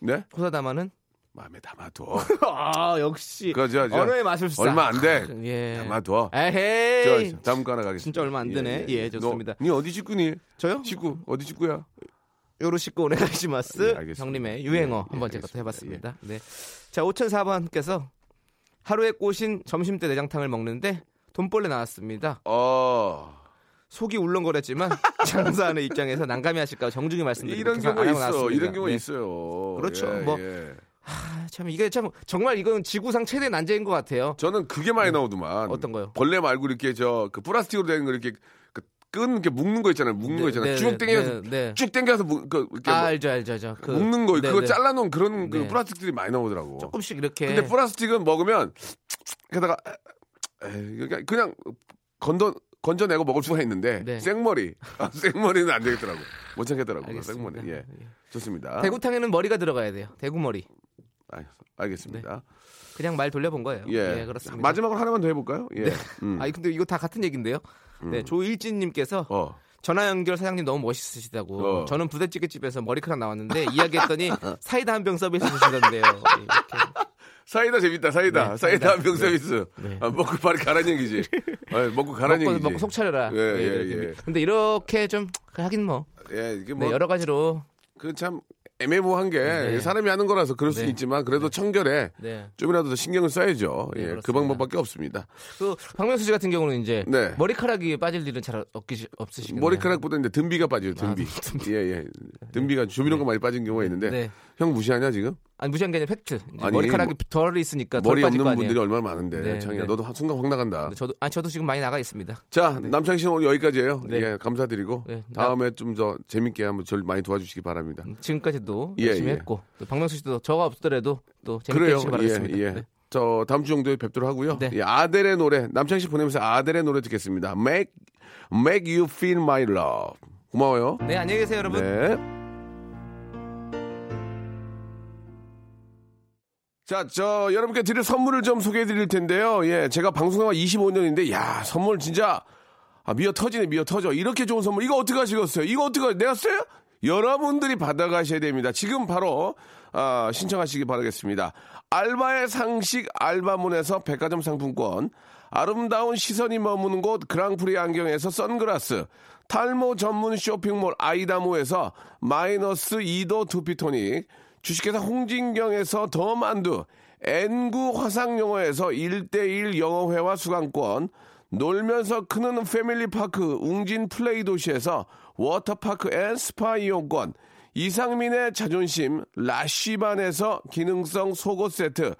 [SPEAKER 1] 네?
[SPEAKER 2] 호사담화는?
[SPEAKER 1] 마음에 담아둬.
[SPEAKER 2] 아, 역시.
[SPEAKER 1] 그거 저, 저,
[SPEAKER 2] 언어의 마술사.
[SPEAKER 1] 얼마 안 돼.
[SPEAKER 2] 예.
[SPEAKER 1] 담아둬.
[SPEAKER 2] 에헤이.
[SPEAKER 1] 저, 저, 다음 거 하나 가겠습니다.
[SPEAKER 2] 진짜 얼마 안 되네. 예, 좋습니다.
[SPEAKER 1] 너, 니 어디 직구니?
[SPEAKER 2] 저요?
[SPEAKER 1] 직구, 어디 직구야?
[SPEAKER 2] 요로시코
[SPEAKER 1] 예,
[SPEAKER 2] 오네가시마스
[SPEAKER 1] 알겠습니다.
[SPEAKER 2] 형님의 유행어
[SPEAKER 1] 예, 예,
[SPEAKER 2] 한번 제가 또
[SPEAKER 1] 알겠습니다.
[SPEAKER 2] 해봤습니다. 네. 자, 5004번께서 하루에 꼬신 점심때 내장탕을 먹는데 돈벌레 나왔습니다.
[SPEAKER 1] 어.
[SPEAKER 2] 속이
[SPEAKER 1] (laughs)
[SPEAKER 2] 울렁거렸지만 장사하는 입장에서 난감해 하실까 정중히 말씀드리고
[SPEAKER 1] 이런
[SPEAKER 2] 계산 안
[SPEAKER 1] 경우가
[SPEAKER 2] 하고
[SPEAKER 1] 있어.
[SPEAKER 2] 나왔습니다.
[SPEAKER 1] 이런 경우가
[SPEAKER 2] 네.
[SPEAKER 1] 있어요.
[SPEAKER 2] 그렇죠.
[SPEAKER 1] 예,
[SPEAKER 2] 뭐.
[SPEAKER 1] 예.
[SPEAKER 2] 아, 참 이게 참 정말 이건 지구상 최대 난제인 것 같아요.
[SPEAKER 1] 저는 그게 많이 나오더만.
[SPEAKER 2] 어떤 거요?
[SPEAKER 1] 벌레 말고 이렇게 저 그 플라스틱으로 된 거 이렇게 그끈 이렇게 묶는 거 있잖아요. 묶는
[SPEAKER 2] 네,
[SPEAKER 1] 거 있잖아요.
[SPEAKER 2] 네,
[SPEAKER 1] 쭉
[SPEAKER 2] 네,
[SPEAKER 1] 땡겨서
[SPEAKER 2] 네, 네.
[SPEAKER 1] 쭉 땡겨서 묶, 그 이렇게
[SPEAKER 2] 아,
[SPEAKER 1] 뭐
[SPEAKER 2] 알죠, 알죠, 알죠. 그,
[SPEAKER 1] 묶는 거
[SPEAKER 2] 네,
[SPEAKER 1] 그거
[SPEAKER 2] 네.
[SPEAKER 1] 잘라놓은 그런 그
[SPEAKER 2] 네. 예.
[SPEAKER 1] 플라스틱들이 많이 나오더라고.
[SPEAKER 2] 조금씩 이렇게.
[SPEAKER 1] 근데 플라스틱은 먹으면 게다가 그러니까 그냥 그냥 건더 건져내고 먹을 수가 있는데
[SPEAKER 2] 네.
[SPEAKER 1] 생머리 아, 생머리는 안 되겠더라고 못 참겠더라고
[SPEAKER 2] 알겠습니다.
[SPEAKER 1] 생머리 예
[SPEAKER 2] 예.
[SPEAKER 1] 좋습니다
[SPEAKER 2] 대구탕에는 머리가 들어가야 돼요. 대구 머리.
[SPEAKER 1] 아,
[SPEAKER 2] 네.
[SPEAKER 1] 알겠습니다
[SPEAKER 2] 그냥 말 돌려본 거예요.
[SPEAKER 1] 예,
[SPEAKER 2] 예, 그렇습니다. 네.
[SPEAKER 1] 마지막으로 하나만 더 해볼까요 예 음.
[SPEAKER 2] 아니 근데 이거 다 같은 얘기인데요. 네, 조일진님께서
[SPEAKER 1] 어
[SPEAKER 2] 전화 연결 사장님 너무 멋있으시다고.
[SPEAKER 1] 어.
[SPEAKER 2] 저는 부대찌개 집에서 머리카락 나왔는데
[SPEAKER 1] (laughs)
[SPEAKER 2] 이야기했더니 사이다 한 병 서비스 주시던데요. 예, 이렇게.
[SPEAKER 1] 사이다 재밌다 사이다 사이다
[SPEAKER 2] 네, 사이다.
[SPEAKER 1] 한 병 서비스
[SPEAKER 2] 네.
[SPEAKER 1] 아, 먹고 바로 가란 얘기지 아, 먹고 가란
[SPEAKER 2] 먹고,
[SPEAKER 1] 얘기지
[SPEAKER 2] 먹고 속 차려라.
[SPEAKER 1] 예,
[SPEAKER 2] 예,
[SPEAKER 1] 예,
[SPEAKER 2] 이렇게.
[SPEAKER 1] 예.
[SPEAKER 2] 근데 이렇게 좀 하긴 뭐,
[SPEAKER 1] 예 이게
[SPEAKER 2] 네, 여러 가지로
[SPEAKER 1] 뭐 그 참 애매모호한 게
[SPEAKER 2] 네.
[SPEAKER 1] 사람이 하는 거라서 그럴 수
[SPEAKER 2] 네.
[SPEAKER 1] 있지만 그래도 청결에
[SPEAKER 2] 네.
[SPEAKER 1] 좀이라도 더 신경을 써야죠
[SPEAKER 2] 네,
[SPEAKER 1] 예, 그
[SPEAKER 2] 그렇습니다.
[SPEAKER 1] 방법밖에 없습니다
[SPEAKER 2] 그 박명수 씨 같은 경우는 이제
[SPEAKER 1] 네.
[SPEAKER 2] 머리카락이 빠질 일은 잘 없기 없으시겠네요. 아,
[SPEAKER 1] 머리카락보다 이제 등비가 빠져요 등비 예예 등비가 조미료가 많이 빠진 경우가 있는데
[SPEAKER 2] 네.
[SPEAKER 1] 형 무시하냐 지금
[SPEAKER 2] 아니 무시한 게 아니라 팩트. 이제
[SPEAKER 1] 아니, 뭐
[SPEAKER 2] 머리카락이 덜 있으니까 덜
[SPEAKER 1] 머리
[SPEAKER 2] 빠질
[SPEAKER 1] 없는
[SPEAKER 2] 거
[SPEAKER 1] 분들이
[SPEAKER 2] 아니에요.
[SPEAKER 1] 얼마나 많은데
[SPEAKER 2] 네,
[SPEAKER 1] 창이야
[SPEAKER 2] 네.
[SPEAKER 1] 너도 한 순간 확 나간다
[SPEAKER 2] 근데 저도 아 저도 지금 많이 나가 있습니다.
[SPEAKER 1] 자 남창 씨는 오늘 여기까지예요
[SPEAKER 2] 네.
[SPEAKER 1] 예 감사드리고
[SPEAKER 2] 네, 음, 나-
[SPEAKER 1] 다음에 좀 더 재밌게 한번 저를 많이 도와주시기 바랍니다
[SPEAKER 2] 지금까지도
[SPEAKER 1] 예,
[SPEAKER 2] 열심히
[SPEAKER 1] 예.
[SPEAKER 2] 했고 또 박명수 씨도 저가 없더라도 또 재밌게
[SPEAKER 1] 그래요.
[SPEAKER 2] 해주시기
[SPEAKER 1] 예,
[SPEAKER 2] 바라겠습니다.
[SPEAKER 1] 예.
[SPEAKER 2] 네.
[SPEAKER 1] 저 다음 주 정도에 뵙도록 하고요.
[SPEAKER 2] 네.
[SPEAKER 1] 예, 아델의 노래 남창 씨 보내면서 아델의 노래 듣겠습니다. Make Make You Feel My Love. 고마워요.
[SPEAKER 2] 네, 안녕히 계세요, 여러분.
[SPEAKER 1] 네. 자, 저 여러분께 드릴 선물을 좀 소개해 드릴 텐데요. 예, 제가 방송한 25년인데 야, 선물 진짜 아, 미어 터지네, 미어 터져. 이렇게 좋은 선물 이거 어떻게 하시겠어요? 이거 어떻게 하- 내가 써요? 여러분들이 받아가셔야 됩니다. 지금 바로 아, 신청하시기 바라겠습니다. 알바의 상식 알바몬에서 백화점 상품권, 아름다운 시선이 머무는 곳 그랑프리 안경에서 선글라스, 탈모 전문 쇼핑몰 아이다모에서 마이너스 2도 두피토닉, 주식회사 홍진경에서 더 만두, N구 화상영어에서 1대1 영어회화 수강권, 놀면서 크는 패밀리파크 웅진 플레이 도시에서 워터파크 앤 스파 이용권, 이상민의 자존심 라쉬반에서 기능성 속옷 세트,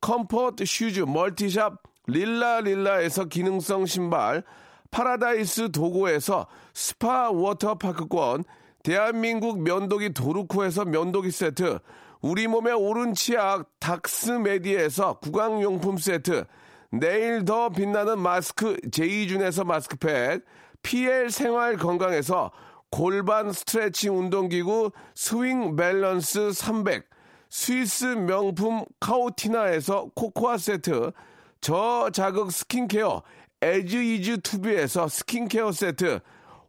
[SPEAKER 1] 컴포트 슈즈 멀티샵 릴라릴라에서 기능성 신발, 파라다이스 도고에서 스파 워터파크권, 대한민국 면도기 도루코에서 면도기 세트, 우리 몸의 오른 치약 닥스메디에서 구강용품 세트, 내일 더 빛나는 마스크 제이준에서 마스크팩, PL 생활 건강에서 골반 스트레칭 운동기구 스윙 밸런스 300, 스위스 명품 카오티나에서 코코아 세트, 저자극 스킨케어 에즈 이즈 투비에서 스킨케어 세트,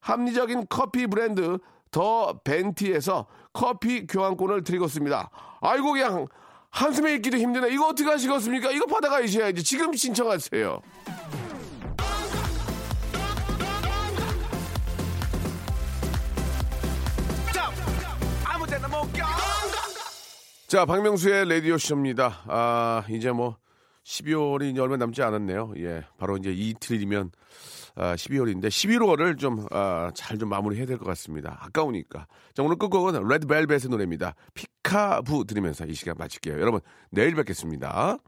[SPEAKER 1] 합리적인 커피 브랜드 더 벤티에서 커피 교환권을 드리고 있습니다. 아이고 그냥 한숨에 있기도 힘드네. 이거 어떻게 하시겠습니까? 이거 받아가셔야지. 지금 신청하세요. 자, 박명수의 라디오쇼입니다. 아, 이제 뭐, 12월이 이제 얼마 남지 않았네요. 예, 바로 이제 이틀이면, 아, 12월인데, 11월을 좀, 아, 잘 좀 마무리해야 될 것 같습니다. 아까우니까. 자, 오늘 끝곡은 레드벨벳의 노래입니다. 피카부 들으면서 이 시간 마칠게요. 여러분, 내일 뵙겠습니다.